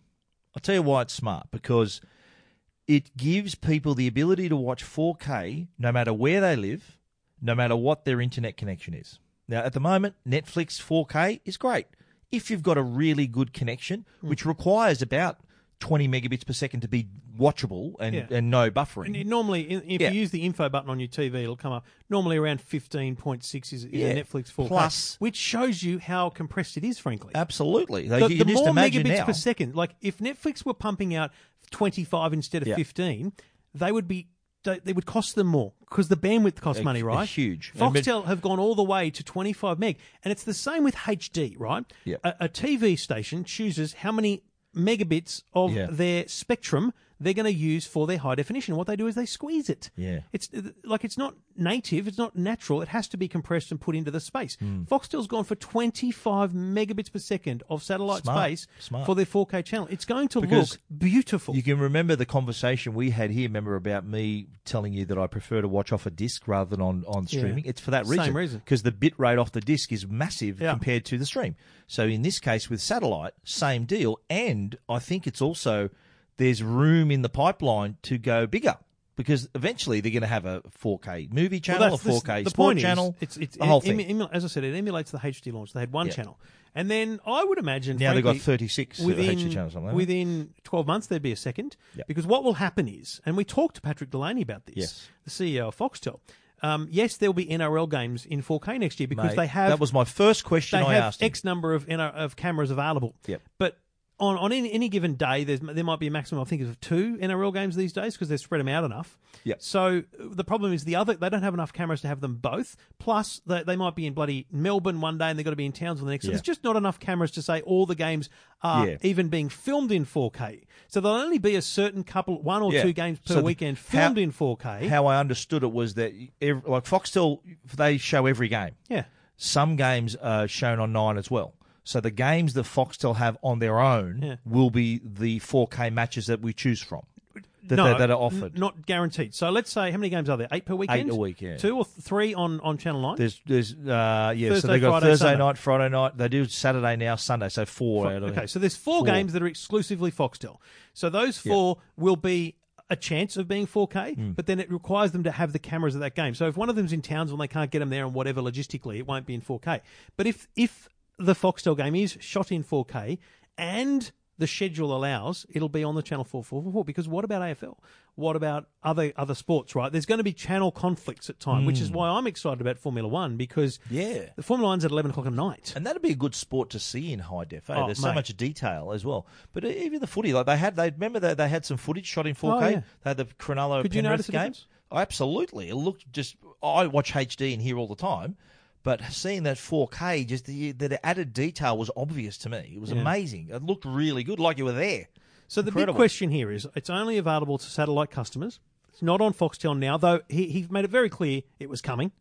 Speaker 2: I'll tell you why it's smart because it gives people the ability to watch 4K no matter where they live, no matter what their internet connection is. Now, at the moment, Netflix 4K is great. If you've got a really good connection,
Speaker 1: Hmm.
Speaker 2: which requires about 20 megabits per second to be watchable and,
Speaker 1: Yeah.
Speaker 2: and no buffering.
Speaker 1: And it normally, in- if
Speaker 2: Yeah.
Speaker 1: you use the info button on your TV, it'll come up. Normally, around fifteen point six is, is
Speaker 2: Yeah.
Speaker 1: a Netflix four
Speaker 2: Plus-
Speaker 1: which shows you how compressed it is. Frankly,
Speaker 2: Absolutely. Like,
Speaker 1: the,
Speaker 2: you
Speaker 1: the
Speaker 2: can just
Speaker 1: more
Speaker 2: imagine
Speaker 1: megabits
Speaker 2: now.
Speaker 1: per second. Like if Netflix were pumping out twenty five instead of
Speaker 2: Yeah.
Speaker 1: fifteen, they would be. They they would cost them more because the bandwidth costs
Speaker 2: It's-
Speaker 1: money,
Speaker 2: it's
Speaker 1: right?
Speaker 2: huge. And but-
Speaker 1: Foxtel have gone all the way to 25 meg, and it's the same with HD, right?
Speaker 2: Yeah.
Speaker 1: A, a TV station chooses how many megabits of
Speaker 2: Yeah.
Speaker 1: their spectrum they're going to use for their high definition. What they do is they squeeze it.
Speaker 2: Yeah.
Speaker 1: It's like it's not native, it's not natural. It has to be compressed and put into the space.
Speaker 2: Hmm.
Speaker 1: Foxtel's gone for 25 megabits per second of satellite
Speaker 2: Smart.
Speaker 1: space
Speaker 2: Smart.
Speaker 1: for their 4K channel. It's going to
Speaker 2: Because
Speaker 1: look beautiful.
Speaker 2: You can remember the conversation we had here, remember, about me telling you that I prefer to watch off a disc rather than on, on streaming? It's for that
Speaker 1: Same
Speaker 2: reason.
Speaker 1: reason.
Speaker 2: Because the bit rate off the disc is massive
Speaker 1: Yeah.
Speaker 2: compared to the stream. So in this case with satellite, same deal. And I think it's also there's room in the pipeline to go bigger. Because eventually they're going to have a 4K movie channel,
Speaker 1: Well, that's
Speaker 2: a 4K
Speaker 1: the
Speaker 2: sport
Speaker 1: point is,
Speaker 2: channel,
Speaker 1: it's, it's,
Speaker 2: the whole
Speaker 1: it, emu-
Speaker 2: thing.
Speaker 1: emu- as I said, it emulates the HD launch. They had one
Speaker 2: Yeah.
Speaker 1: channel, and then I would imagine
Speaker 2: Now they've got uh,
Speaker 1: frankly,
Speaker 2: 36
Speaker 1: within
Speaker 2: HD channels. Something like that.
Speaker 1: within twelve months there'd be a second.
Speaker 2: Yeah.
Speaker 1: Because what will happen is, and we talked to Patrick Delaney about this,
Speaker 2: Yes.
Speaker 1: the CEO of Foxtel. Um, yes, there'll be NRL games in 4K next year because
Speaker 2: Mate,
Speaker 1: they have
Speaker 2: that was my first question
Speaker 1: they
Speaker 2: I
Speaker 1: have
Speaker 2: asked. him.
Speaker 1: X number of NR, of cameras available.
Speaker 2: Yep.
Speaker 1: But on, on any, any given day, there's, there might be a maximum, I think, of two NRL games these days because they spread them out enough.
Speaker 2: Yep.
Speaker 1: So uh, the problem is the other, they don't have enough cameras to have them both. Plus, they, they might be in bloody Melbourne one day and they've got to be in Townsville the next. So
Speaker 2: Yeah.
Speaker 1: there's just not enough cameras to say all the games are
Speaker 2: Yeah.
Speaker 1: even being filmed in 4K. So there'll only be a certain couple, one or
Speaker 2: Yeah.
Speaker 1: two games per
Speaker 2: So the-
Speaker 1: weekend
Speaker 2: how-
Speaker 1: filmed in 4K.
Speaker 2: how I understood it was that ev like Foxtel, they show every game.
Speaker 1: yeah.
Speaker 2: Some games are shown on Nine as well. So the games that Foxtel have on their own
Speaker 1: Yeah.
Speaker 2: will be the 4K matches that we choose from that,
Speaker 1: no,
Speaker 2: that, that are offered.
Speaker 1: n- not guaranteed. So let's say how many games are there? Eight per weekend.
Speaker 2: a week, yeah.
Speaker 1: Two or th- three on on Channel Nine.
Speaker 2: there's, there's, uh, yeah. so
Speaker 1: Thursday,
Speaker 2: they got
Speaker 1: Friday,
Speaker 2: Thursday
Speaker 1: Sunday.
Speaker 2: night, Friday night. They do Saturday now, Sunday. So four. out of-
Speaker 1: okay, so there's four,
Speaker 2: Four.
Speaker 1: games that are exclusively Foxtel. So those four will be a chance of being 4K, but then it requires them to have the cameras of that game. So if one of them's in Townsville and they can't get them there and whatever logistically, it won't be in 4K. But if if the Foxtel game is shot in 4K and the schedule allows, it'll be on the channel 4444. Because what about AFL? What about other other sports? Right, there's going to be channel conflicts at time, which is why I'm excited about Formula One because
Speaker 2: Yeah.
Speaker 1: the Formula One's at 11 o'clock at night.
Speaker 2: And that'd be a good sport to see in high def. eh?
Speaker 1: Oh,
Speaker 2: There's so
Speaker 1: mate.
Speaker 2: much detail as well. But e, even the footy, like they had, they remember they, they had some footage shot in 4K.
Speaker 1: Oh, yeah.
Speaker 2: They had the Cronulla
Speaker 1: Could you notice
Speaker 2: Penrith
Speaker 1: the
Speaker 2: game.
Speaker 1: difference?
Speaker 2: Oh, absolutely, it looked just. I watch HD and hear all the time, but seeing that 4K, just the, the added detail was obvious to me. It was amazing. It looked really good, like you were there.
Speaker 1: So the
Speaker 2: Incredible.
Speaker 1: big question here is it's only available to satellite customers. It's not on Foxtel now, though he, he made it very clear it was coming.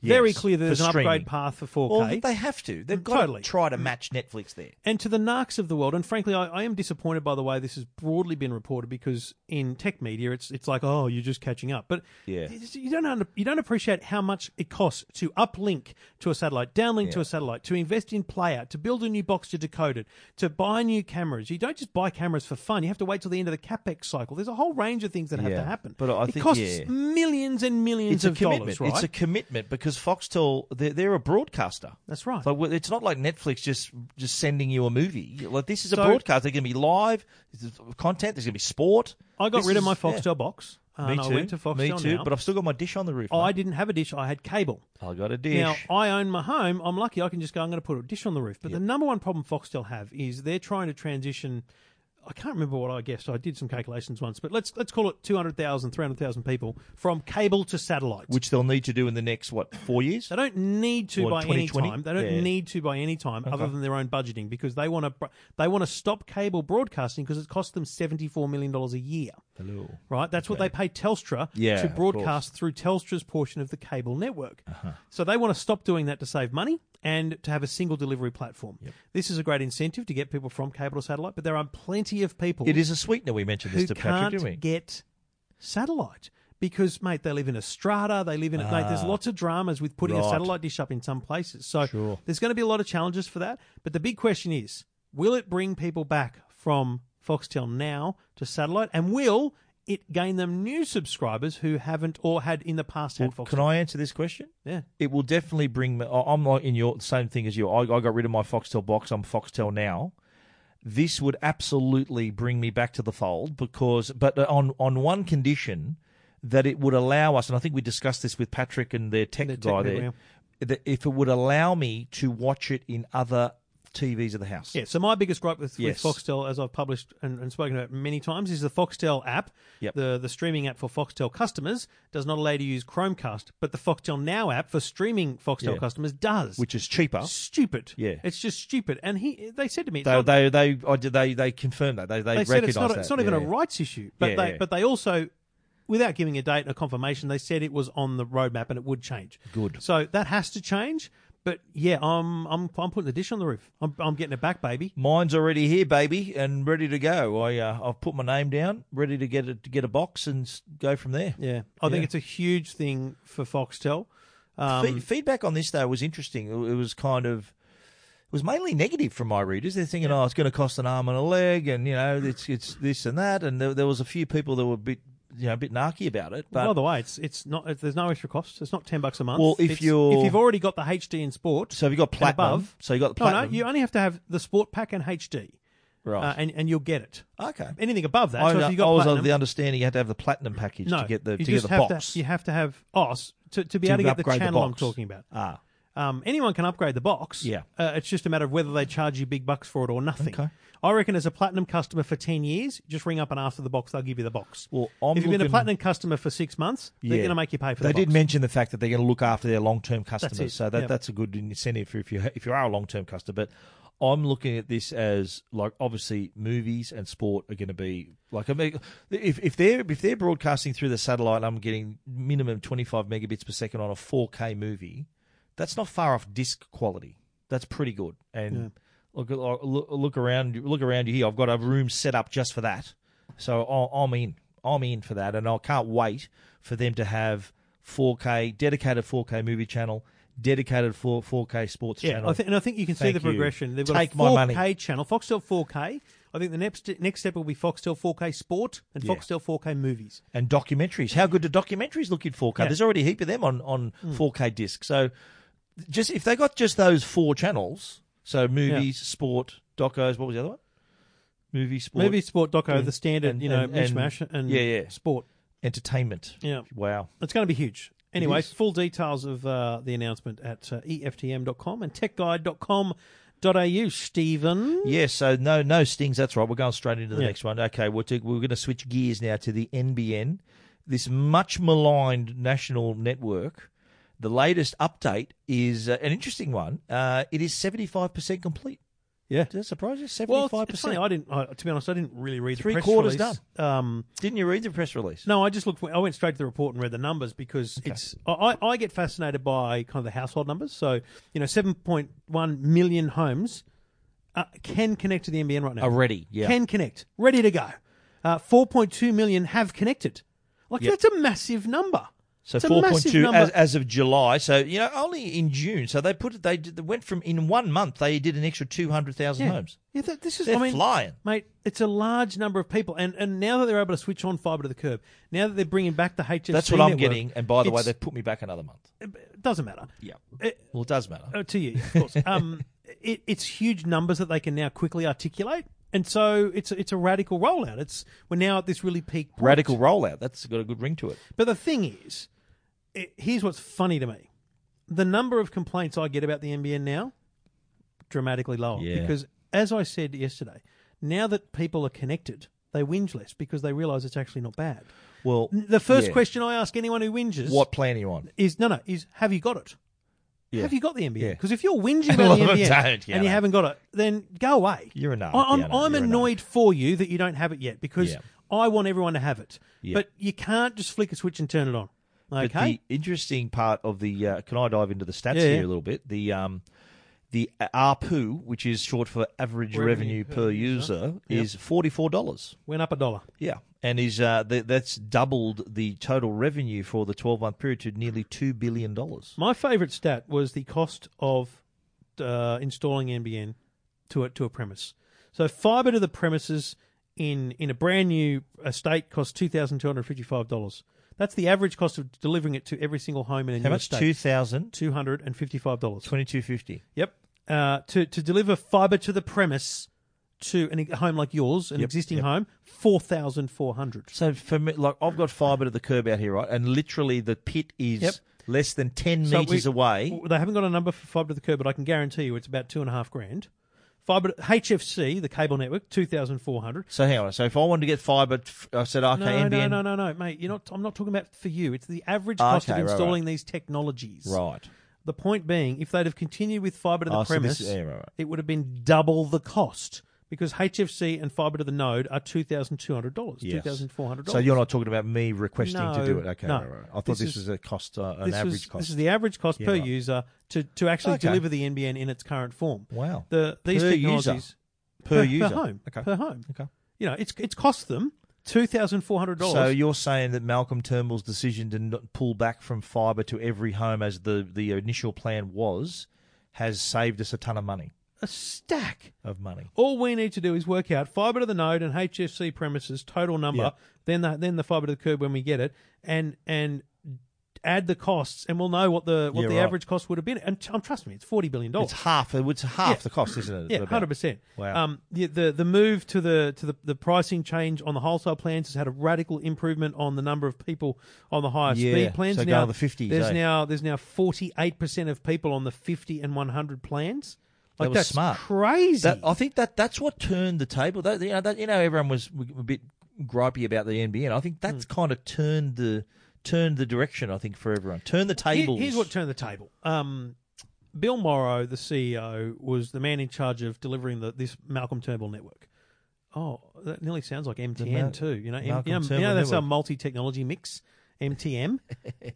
Speaker 1: Very
Speaker 2: Yes,
Speaker 1: clear that
Speaker 2: for
Speaker 1: there's an
Speaker 2: streaming.
Speaker 1: upgrade path for 4K.
Speaker 2: Well, they have to. They've got
Speaker 1: Totally.
Speaker 2: to try to match Netflix there.
Speaker 1: And to the narcs of the world, and frankly, I, I am disappointed by the way this has broadly been reported because in tech media, it's it's like, oh, you're just catching up, but
Speaker 2: Yeah.
Speaker 1: it's- you don't under, you don't appreciate how much it costs to uplink to a satellite, downlink to a satellite, to invest in playout, to build a new box to decode it, to buy new cameras. You don't just buy cameras for fun. You have to wait till the end of the capex cycle. There's a whole range of things that have
Speaker 2: Yeah.
Speaker 1: to happen.
Speaker 2: But I
Speaker 1: it
Speaker 2: think,
Speaker 1: costs
Speaker 2: yeah.
Speaker 1: millions and millions
Speaker 2: It's a
Speaker 1: of
Speaker 2: commitment.
Speaker 1: dollars, right?
Speaker 2: It's a commitment because Foxtel they're, they're a broadcaster.
Speaker 1: That's right.
Speaker 2: So well, it's not like Netflix just just sending you a movie. Like this is a
Speaker 1: So-
Speaker 2: broadcast. They're going to be live this is content. There's going to be sport.
Speaker 1: I got
Speaker 2: This
Speaker 1: rid of
Speaker 2: is-
Speaker 1: my
Speaker 2: yeah.
Speaker 1: Foxtel box.
Speaker 2: Me
Speaker 1: And
Speaker 2: too.
Speaker 1: I went to Foxtel
Speaker 2: me too.
Speaker 1: now.
Speaker 2: But I've still got my dish on the roof.
Speaker 1: I
Speaker 2: mate.
Speaker 1: didn't have a dish. I had cable.
Speaker 2: I got a dish.
Speaker 1: Now, I own my home. I'm lucky I can just go, I'm going to put a dish on the roof. But the number one problem Foxtel have is they're trying to transition. I can't remember what I guessed. I did some calculations once, but let's let's call it 200,000, 300,000 people from cable to satellite.
Speaker 2: which they'll need to do in the next what four years?
Speaker 1: they don't need to
Speaker 2: Or
Speaker 1: by any
Speaker 2: 2020?
Speaker 1: time. They don't
Speaker 2: Yeah.
Speaker 1: need to by any time, other than their own budgeting, because they want to they want to stop cable broadcasting because it costs them seventy four million dollars a year.
Speaker 2: Hello.
Speaker 1: Right, that's what they pay Telstra
Speaker 2: Yeah,
Speaker 1: to
Speaker 2: of Uh-huh.
Speaker 1: broadcast through Telstra's portion of the cable network. So they want to stop doing that to save money and to have a single delivery platform. This is a great incentive to get people from cable to satellite, but there are plenty of people
Speaker 2: It is a sweetener. We mentioned
Speaker 1: who
Speaker 2: this to Patrick, didn't we?
Speaker 1: can't get satellite because, mate, they live in a strata. They live in a, mate. There's lots of dramas with putting a
Speaker 2: Ah. Right.
Speaker 1: satellite dish up in some places. So
Speaker 2: Sure.
Speaker 1: there's going to be a lot of challenges for that. But the big question is, will it bring people back from Foxtel now to satellite, and will it gain them new subscribers who haven't or had in the past had
Speaker 2: Well,
Speaker 1: Foxtel?
Speaker 2: can I answer this question?
Speaker 1: yeah.
Speaker 2: It will definitely bring. me- I- I'm like in your same thing as you. I, I got rid of my Foxtel box. I'm Foxtel now. This would absolutely bring me back to the fold because, but on on one condition, that it would allow us, and I think we discussed this with Patrick and their tech
Speaker 1: Their tech
Speaker 2: guy
Speaker 1: people,
Speaker 2: there, that if it would allow me to watch it in other TVs of the house.
Speaker 1: Yeah, so my biggest gripe with,
Speaker 2: Yes.
Speaker 1: with Foxtel, as I've published and, and spoken about many times, is the Foxtel app,
Speaker 2: Yep.
Speaker 1: the, the streaming app for Foxtel customers, does not allow you to use Chromecast, but the Foxtel Now app for streaming Foxtel
Speaker 2: Yeah.
Speaker 1: customers does.
Speaker 2: which is cheaper.
Speaker 1: stupid.
Speaker 2: Yeah.
Speaker 1: It's just stupid. And he they said to me, it's
Speaker 2: They
Speaker 1: not-
Speaker 2: they they I did- they they confirmed that they they,
Speaker 1: they said
Speaker 2: recognise
Speaker 1: it's not,
Speaker 2: that.
Speaker 1: it's not even a
Speaker 2: yeah.
Speaker 1: rights issue. But,
Speaker 2: Yeah,
Speaker 1: they,
Speaker 2: yeah.
Speaker 1: but they also, without giving a date and a confirmation, they said it was on the roadmap and it would change.
Speaker 2: Good.
Speaker 1: So that has to change. But yeah, I'm, I'm, I'm putting the dish on the roof. I'm, I'm getting it back, baby.
Speaker 2: Mine's already here, baby, and ready to go. I uh, I've put my name down, ready to get a, to get a box and s- go from there.
Speaker 1: Yeah, I think
Speaker 2: Yeah.
Speaker 1: it's a huge thing for Foxtel. Um,
Speaker 2: Fe- feedback on this though was interesting. It it was kind of it was mainly negative from my readers. They're thinking, oh, it's going to cost an arm and a leg, and you know, it's it's this and that. And there, there was a few people that were a bit you know a bit narky about it. But
Speaker 1: by the way, it's it's not it's, there's no extra cost. It's not ten bucks a month.
Speaker 2: Well, if
Speaker 1: It's-
Speaker 2: you're-
Speaker 1: if you've already got the HD in Sport,
Speaker 2: so have you got
Speaker 1: and
Speaker 2: platinum?
Speaker 1: above- Oh,
Speaker 2: so you got the
Speaker 1: no,
Speaker 2: platinum,
Speaker 1: no, you only have to have the Sport Pack and HD, uh,
Speaker 2: right?
Speaker 1: and and you'll get it. Uh,
Speaker 2: okay.
Speaker 1: Anything above that,
Speaker 2: I,
Speaker 1: so if
Speaker 2: I
Speaker 1: you got
Speaker 2: was
Speaker 1: platinum,
Speaker 2: of the understanding you had to have the platinum package
Speaker 1: no,
Speaker 2: to get the
Speaker 1: you
Speaker 2: to get
Speaker 1: just
Speaker 2: the
Speaker 1: have
Speaker 2: box.
Speaker 1: To, you have to have oh, s- to to be able to get the
Speaker 2: upgrade the
Speaker 1: channel I'm
Speaker 2: box.
Speaker 1: talking about.
Speaker 2: ah,
Speaker 1: Um, anyone can upgrade the box.
Speaker 2: Yeah.
Speaker 1: Uh, it's just a matter of whether they charge you big bucks for it or nothing.
Speaker 2: Okay.
Speaker 1: I reckon as a platinum customer for 10 years, just ring up and ask for the box, they'll give you the box.
Speaker 2: Well, I'm
Speaker 1: if you've been a
Speaker 2: looking-
Speaker 1: platinum customer for six months, they're
Speaker 2: Yeah.
Speaker 1: going to make you pay for
Speaker 2: They
Speaker 1: the box.
Speaker 2: did mention the fact that they're going to look after their long-term
Speaker 1: it,
Speaker 2: customers, so that
Speaker 1: yeah.
Speaker 2: that's a good incentive if you if you are a long-term customer. But I'm looking at this as like obviously movies and sport are going to be like I mean, if if they're if they're broadcasting through the satellite, I'm getting minimum 25 megabits per second on a 4K movie. That's not far off disc quality. That's pretty good. And look look look around look around you here. I've got a room set up just for that. So I- I'm in. I'm in for that, and I can't wait for them to have 4K dedicated 4K movie channel, dedicated 4 4K sports
Speaker 1: yeah,
Speaker 2: channel.
Speaker 1: I thi- and I think you can see
Speaker 2: Thank
Speaker 1: the
Speaker 2: you.
Speaker 1: progression. They've got
Speaker 2: Take
Speaker 1: a 4K
Speaker 2: my money.
Speaker 1: channel, Foxtel 4K. I think the next next step will be Foxtel 4K Sport and
Speaker 2: Yeah.
Speaker 1: Foxtel 4K Movies.
Speaker 2: and documentaries. How good do documentaries look in 4K?
Speaker 1: Yeah. Hmm.
Speaker 2: There's already a heap of them on on 4K disc. So just if they got just those four channels, so movies, sport, docos. What was the other one? Movie, sport,
Speaker 1: Movies, Sport, Doco, the standard,
Speaker 2: and-
Speaker 1: you know,
Speaker 2: and- and-
Speaker 1: mishmash and,
Speaker 2: yeah, yeah.
Speaker 1: Sport.
Speaker 2: entertainment.
Speaker 1: Yeah.
Speaker 2: Wow.
Speaker 1: It's going to be huge. Anyway,
Speaker 2: is.
Speaker 1: full details of uh, the announcement at uh, eftm.com and techguide.com.au, Stephen.
Speaker 2: Yeah, so no no stings. That's right. We're going straight into the
Speaker 1: Yeah.
Speaker 2: next one. Okay, we're, to, we're going to switch gears now to the NBN, this much maligned national network. The latest update is uh, an interesting one. Uh, it is seventy five percent complete.
Speaker 1: Yeah.
Speaker 2: Does that surprise you?
Speaker 1: Well,
Speaker 2: Seventy five
Speaker 1: it's funny. I
Speaker 2: percent.
Speaker 1: didn't. I, to be honest, I didn't really read
Speaker 2: Three
Speaker 1: the press
Speaker 2: quarters
Speaker 1: release. Um,
Speaker 2: Didn't you read the press release?
Speaker 1: no, I just looked. I went straight to the report and read the numbers because it's. I, I I get fascinated by kind of the household numbers. So you know, seven point one million homes uh, can connect to the NBN right now.
Speaker 2: Already, yeah.
Speaker 1: can connect, ready to go. Uh, four point two million have connected. Like that's a massive number.
Speaker 2: So
Speaker 1: It's a
Speaker 2: four point
Speaker 1: massive
Speaker 2: two
Speaker 1: number.
Speaker 2: as, as of July. So you know only in June. So they put it. They, did, they went from in one month. They did an extra two hundred thousand
Speaker 1: yeah.
Speaker 2: homes.
Speaker 1: Yeah, that, this is.
Speaker 2: They're
Speaker 1: I mean,
Speaker 2: flying.
Speaker 1: Mate, it's a large number of people, and, and now that they're able to switch on fibre to the curb, now that they're bringing back the HFC
Speaker 2: That's what I'm
Speaker 1: network,
Speaker 2: getting. And by the way,
Speaker 1: it's-
Speaker 2: they put me back another month.
Speaker 1: it doesn't matter.
Speaker 2: Yeah.
Speaker 1: It-
Speaker 2: Well, it does matter.
Speaker 1: Oh, to you, of course. um, it, it's huge numbers that they can now quickly articulate, and so it's it's a radical rollout. It's we're now at this really peak point.
Speaker 2: Radical rollout. That's got a good ring to it.
Speaker 1: But the thing is, it, here's what's funny to me: the number of complaints I get about the NBN now dramatically lower
Speaker 2: Yeah.
Speaker 1: because, as I said yesterday, now that people are connected, they whinge less because they realise it's actually not bad.
Speaker 2: Well,
Speaker 1: N- The first
Speaker 2: yeah.
Speaker 1: question I ask anyone who whinges
Speaker 2: What plan are you on?
Speaker 1: is no, no, is have you got it?
Speaker 2: Yeah.
Speaker 1: Have you got the NBN?
Speaker 2: Yeah.
Speaker 1: Because if you're whinging
Speaker 2: A
Speaker 1: about the
Speaker 2: lot of
Speaker 1: NBN
Speaker 2: them don't, yeah,
Speaker 1: and you
Speaker 2: no.
Speaker 1: haven't got it, then go away.
Speaker 2: You're a nut.
Speaker 1: I- I'm,
Speaker 2: Yeah, no,
Speaker 1: I'm
Speaker 2: you're a nut.
Speaker 1: annoyed for you that you don't have it yet because
Speaker 2: Yeah.
Speaker 1: I want everyone to have it.
Speaker 2: Yeah.
Speaker 1: But you can't just flick a switch and turn it on.
Speaker 2: But
Speaker 1: Okay?
Speaker 2: the interesting part of the uh, can I dive into the stats
Speaker 1: Yeah,
Speaker 2: here
Speaker 1: yeah.
Speaker 2: a little bit? The um, the ARPU, which is short for average revenue,
Speaker 1: Revenue per
Speaker 2: per, user, is forty four dollars.
Speaker 1: Went up a dollar.
Speaker 2: Yeah, and is uh, th- that's doubled the total revenue for the twelve month period to nearly two billion dollars.
Speaker 1: My favourite stat was the cost of uh, installing NBN to a, to a premise. So fibre to the premises in in a brand new estate costs two thousand two hundred fifty five dollars. That's the average cost of delivering it to every single home in a
Speaker 2: How
Speaker 1: new
Speaker 2: much?
Speaker 1: estate.
Speaker 2: Two thousand
Speaker 1: two hundred and fifty five dollars.
Speaker 2: twenty two fifty.
Speaker 1: Yep. Uh, to to deliver fibre to the premise to an, e, a home like yours, an existing home, four thousand four hundred.
Speaker 2: So for me, like I've got fibre to the curb out here, right? And literally the pit is
Speaker 1: Yep.
Speaker 2: less than ten meters away.
Speaker 1: They haven't got a number for fibre to the curb, but I can guarantee you it's about two and a half grand. Fibre HFC, the cable network, two thousand four hundred.
Speaker 2: So hang on. So if I wanted to get fibre, I said okay,
Speaker 1: No, no,
Speaker 2: NBN.
Speaker 1: no, no, no, mate. You're not. I'm not talking about for you. It's the average
Speaker 2: Ah,
Speaker 1: cost
Speaker 2: okay,
Speaker 1: of
Speaker 2: right,
Speaker 1: installing these technologies.
Speaker 2: Right.
Speaker 1: The point being, if they'd have continued with fibre to the
Speaker 2: Oh, so
Speaker 1: premise,
Speaker 2: this- yeah, right, right.
Speaker 1: it would have been double the cost because HFC and fibre to the node are two thousand two hundred dollars,
Speaker 2: Yes.
Speaker 1: two thousand four hundred dollars.
Speaker 2: So you're not talking about me requesting to do
Speaker 1: No,
Speaker 2: it. Okay,
Speaker 1: no.
Speaker 2: right, right. I thought
Speaker 1: This
Speaker 2: this,
Speaker 1: is-
Speaker 2: was a cost, uh, an
Speaker 1: this
Speaker 2: average
Speaker 1: is,
Speaker 2: cost.
Speaker 1: This is the average cost
Speaker 2: Yeah,
Speaker 1: per
Speaker 2: right.
Speaker 1: user to, to actually
Speaker 2: Okay.
Speaker 1: deliver the NBN in its current form.
Speaker 2: Wow.
Speaker 1: The these
Speaker 2: Per user.
Speaker 1: technologies
Speaker 2: per, user.
Speaker 1: per home
Speaker 2: Okay.
Speaker 1: per home.
Speaker 2: Okay.
Speaker 1: You know, it's it's cost them two thousand four hundred dollars.
Speaker 2: So you're saying that Malcolm Turnbull's decision to not pull back from fibre to every home as the, the initial plan was has saved us a ton of money.
Speaker 1: a stack.
Speaker 2: Of money.
Speaker 1: All we need to do is work out fibre to the node and HFC premises total number,
Speaker 2: Yeah.
Speaker 1: then the then the fibre to the curb when we get it, and and add the costs, and we'll know what the what
Speaker 2: Yeah,
Speaker 1: the
Speaker 2: right.
Speaker 1: average cost would have been. And t- um, trust me, it's forty billion dollars.
Speaker 2: It's half. uh, It's half
Speaker 1: Yeah.
Speaker 2: the cost, isn't it?
Speaker 1: Yeah,
Speaker 2: About-
Speaker 1: hundred percent.
Speaker 2: Wow.
Speaker 1: Um, the, the the move to the to the, the pricing change on the wholesale plans has had a radical improvement on the number of people on the higher
Speaker 2: Yeah,
Speaker 1: speed plans.
Speaker 2: so go
Speaker 1: now
Speaker 2: to the 50s,
Speaker 1: There's
Speaker 2: eh?
Speaker 1: now there's now forty eight percent of people on the fifty and one hundred plans. Like
Speaker 2: was
Speaker 1: that's
Speaker 2: smart.
Speaker 1: crazy.
Speaker 2: That, I think that that's what turned the table. That, you know, that, you know, everyone was a bit gripey about the NBN. I think
Speaker 1: Hmm.
Speaker 2: that's kind of turned the turned the direction. I think for everyone, turned the
Speaker 1: Here-
Speaker 2: tables.
Speaker 1: here's what turned the table. Um, Bill Morrow, the CEO, was the man in charge of delivering the, this Malcolm Turnbull network. Oh, that nearly sounds like MTN
Speaker 2: Mal-
Speaker 1: too. You know, M- you
Speaker 2: Malcolm
Speaker 1: know, you know,
Speaker 2: Turnbull
Speaker 1: that's a
Speaker 2: network.
Speaker 1: multi-technology mix. MTM,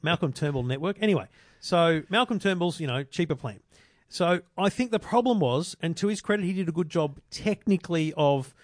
Speaker 1: Malcolm Turnbull network. Anyway, so Malcolm Turnbull's you know cheaper plan. So I think the problem was, and to his credit, he did a good job technically of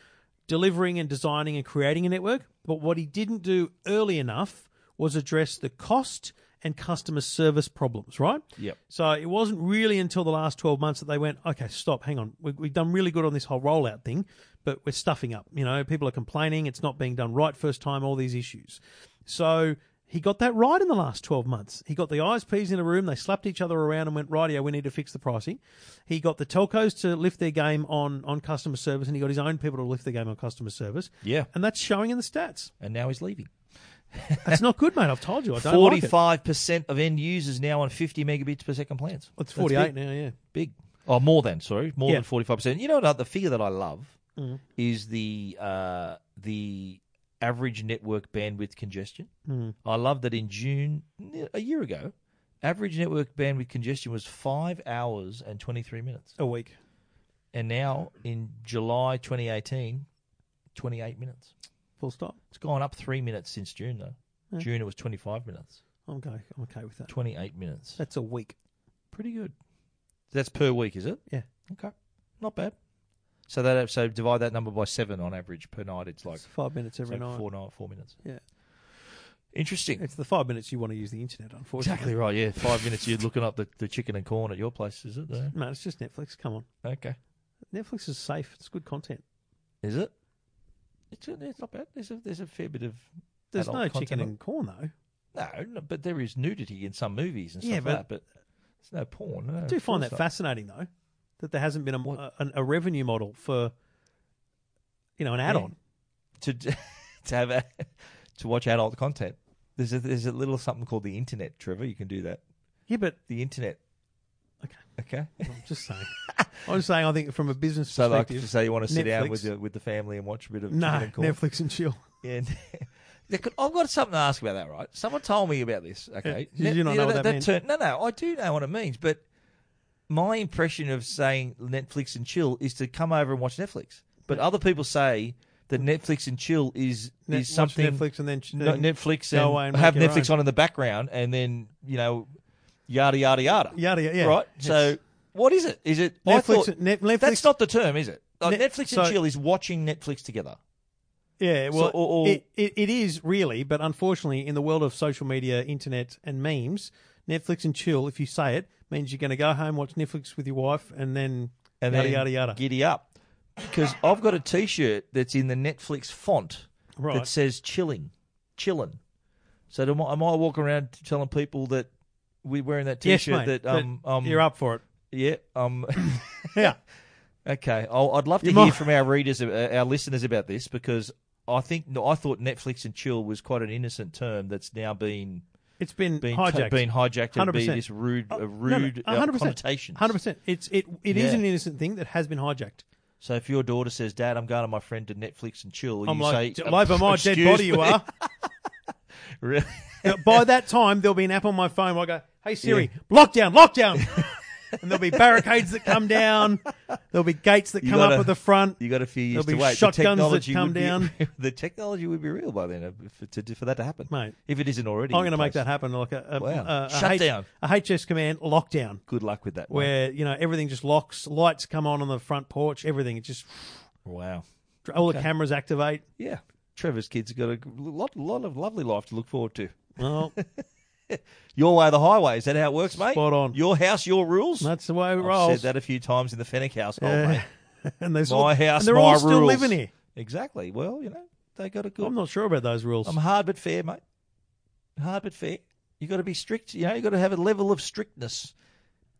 Speaker 1: delivering and designing and creating a network. But what he didn't do early enough was address the cost and customer service problems, right?
Speaker 2: Yep.
Speaker 1: So it wasn't really until the last 12 months that they went, okay, stop, hang on. We, we've done really good on this whole rollout thing, but we're stuffing up. You know, people are complaining, it's not being done right first time, all these issues. So he got that right in the last 12 months. He got the ISPs in a room, they slapped each other around and went, rightio, we need to fix the pricing. He got the telcos to lift their game on, on customer service, and he got his own people to lift their game on customer service.
Speaker 2: Yeah.
Speaker 1: And that's showing in the stats.
Speaker 2: And now he's leaving.
Speaker 1: That's not good, mate. I've told you, I don't like it.
Speaker 2: Forty-five percent of end users now on fifty megabits per second plans.
Speaker 1: It's
Speaker 2: That's
Speaker 1: 48
Speaker 2: big.
Speaker 1: now, yeah.
Speaker 2: Big. Oh, more than sorry, more
Speaker 1: Yeah.
Speaker 2: than forty-five percent. You know what? The figure that I love is the uh, the average network bandwidth congestion. I love that in June a year ago, average network bandwidth congestion was five hours and twenty-three minutes,
Speaker 1: A week.
Speaker 2: And now in July 2018, 28 minutes.
Speaker 1: Full stop.
Speaker 2: It's gone up three minutes since June, though. June it was 25 minutes,
Speaker 1: I'm okay. I'm okay with that.
Speaker 2: 28 minutes.
Speaker 1: That's a week.
Speaker 2: Pretty good. That's per week, is it?
Speaker 1: Yeah.
Speaker 2: Okay, not bad. So that so divide that number by seven on average per night. It's like
Speaker 1: It's five minutes
Speaker 2: it's
Speaker 1: every
Speaker 2: like
Speaker 1: night.
Speaker 2: four night, four minutes.
Speaker 1: Yeah.
Speaker 2: Interesting.
Speaker 1: It's the five minutes you want to use the internet, unfortunately.
Speaker 2: Exactly right. Yeah, five minutes. You're looking up the, the chicken and corn at your place, is it? There?
Speaker 1: No, it's just Netflix. Come on.
Speaker 2: Okay.
Speaker 1: Netflix is safe. It's good content.
Speaker 2: Is it? It's, it's not bad. There's a, there's a fair bit of
Speaker 1: There's
Speaker 2: adult
Speaker 1: no
Speaker 2: content
Speaker 1: chicken
Speaker 2: on-
Speaker 1: and corn, though.
Speaker 2: No, no, but there is nudity in some movies and stuff
Speaker 1: Yeah,
Speaker 2: like that, but there's no porn. No,
Speaker 1: I do find that
Speaker 2: porn stuff.
Speaker 1: fascinating, though, that there hasn't been a, mo- a, a revenue model for, you know, an add-on.
Speaker 2: to to have a, to watch adult content. There's a, there's a little something called the internet, Trevor. You can do that.
Speaker 1: Yeah, but
Speaker 2: The internet.
Speaker 1: Okay.
Speaker 2: Okay.
Speaker 1: I'm just saying. I'm just saying. I think from a business
Speaker 2: So like,
Speaker 1: perspective,
Speaker 2: so you want to sit down
Speaker 1: Netflix.
Speaker 2: with your, with the family and watch a bit of
Speaker 1: no
Speaker 2: chicken and corn?
Speaker 1: Netflix and chill.
Speaker 2: Yeah. They could- I've got something to ask about that, right? Someone told me about this. Okay,
Speaker 1: Yeah, did you not know what that meant?
Speaker 2: term- no, no, I do know what it means, but my impression of saying Netflix and chill is to come over and watch Netflix. But other people say that Netflix and chill is
Speaker 1: Net-
Speaker 2: is something
Speaker 1: watch Netflix and then ch- uh,
Speaker 2: No,
Speaker 1: then
Speaker 2: Netflix
Speaker 1: go
Speaker 2: and,
Speaker 1: away and make
Speaker 2: have
Speaker 1: your
Speaker 2: Netflix
Speaker 1: own.
Speaker 2: on in the background, and then you know, yada yada yada,
Speaker 1: Yada, yada, yeah.
Speaker 2: right.
Speaker 1: Yes.
Speaker 2: So what is it? Is it I
Speaker 1: Netflix-
Speaker 2: thought,
Speaker 1: Net- Netflix-
Speaker 2: That's not the term, is it? Like,
Speaker 1: Net-
Speaker 2: Netflix and
Speaker 1: so-
Speaker 2: chill is watching Netflix together.
Speaker 1: Yeah, well,
Speaker 2: So- or- or-
Speaker 1: it, it, it is really, but unfortunately, in the world of social media, internet, and memes, Netflix and chill, if you say it, means you're going to go home, watch Netflix with your wife, and then
Speaker 2: and
Speaker 1: yada,
Speaker 2: then
Speaker 1: yada, yada.
Speaker 2: giddy up. Because I've got a T-shirt that's in the Netflix font
Speaker 1: Right.
Speaker 2: that says "chilling, chillin." So do I, am I walking around telling people that we're wearing that
Speaker 1: yes,
Speaker 2: T-shirt
Speaker 1: mate,
Speaker 2: that um
Speaker 1: but
Speaker 2: um
Speaker 1: you're up for it.
Speaker 2: yeah um
Speaker 1: Yeah.
Speaker 2: okay I'll, I'd love to
Speaker 1: You
Speaker 2: hear
Speaker 1: might-
Speaker 2: from our readers uh, our listeners about this because I think I thought Netflix and chill was quite an innocent term that's now been
Speaker 1: It's been,
Speaker 2: been
Speaker 1: hijacked.
Speaker 2: been hijacked and be
Speaker 1: 100%.
Speaker 2: this rude
Speaker 1: No,
Speaker 2: a
Speaker 1: no,
Speaker 2: rude uh,
Speaker 1: 100%,
Speaker 2: connotations.
Speaker 1: 100%. It's, it, it is
Speaker 2: Yeah.
Speaker 1: an innocent thing that has been hijacked.
Speaker 2: So if your daughter says, "Dad, I'm going to my friend to Netflix and chill,"
Speaker 1: I'm
Speaker 2: you
Speaker 1: like,
Speaker 2: say,
Speaker 1: live on my dead
Speaker 2: "Excuse
Speaker 1: body,
Speaker 2: me."
Speaker 1: you are.
Speaker 2: Really?
Speaker 1: Now, By that time, there'll be an app on my phone where I go, hey Siri, lockdown, lockdown. and there'll be barricades that come down. There'll be gates that
Speaker 2: You
Speaker 1: come up
Speaker 2: gotta-
Speaker 1: at the front.
Speaker 2: You got a few
Speaker 1: There'll
Speaker 2: years
Speaker 1: be
Speaker 2: to wait.
Speaker 1: shotguns that
Speaker 2: the technology
Speaker 1: come
Speaker 2: would be-
Speaker 1: down.
Speaker 2: the technology would be real by then uh, for, to, for that to happen,
Speaker 1: Mate.
Speaker 2: If it isn't already,
Speaker 1: I'm
Speaker 2: in
Speaker 1: going to make
Speaker 2: place.
Speaker 1: that happen. Like a, a,
Speaker 2: Wow.
Speaker 1: a, a
Speaker 2: Shut
Speaker 1: H-
Speaker 2: down.
Speaker 1: a HS command lockdown,
Speaker 2: Good luck with that. mate.
Speaker 1: where you know everything just locks, lights come on on the front porch, everything. It just
Speaker 2: Wow.
Speaker 1: all the cameras activate.
Speaker 2: Yeah. Trevor's kids got a lot, lot of lovely life to look forward to.
Speaker 1: Well,
Speaker 2: Your way, or the highway. Is that how it works, mate?
Speaker 1: Spot on.
Speaker 2: Your house, your rules.
Speaker 1: that's the way it
Speaker 2: I've
Speaker 1: rolls.
Speaker 2: said that a few times in the Fennec household,
Speaker 1: Yeah.
Speaker 2: mate.
Speaker 1: And they're, still,
Speaker 2: My house,
Speaker 1: and they're
Speaker 2: my
Speaker 1: all
Speaker 2: rules.
Speaker 1: still living here.
Speaker 2: Exactly. Well, you know, they got a good.
Speaker 1: I'm not sure about those rules.
Speaker 2: I'm hard but fair, mate. Hard but fair. You got to be strict. You know, you got to have a level of strictness.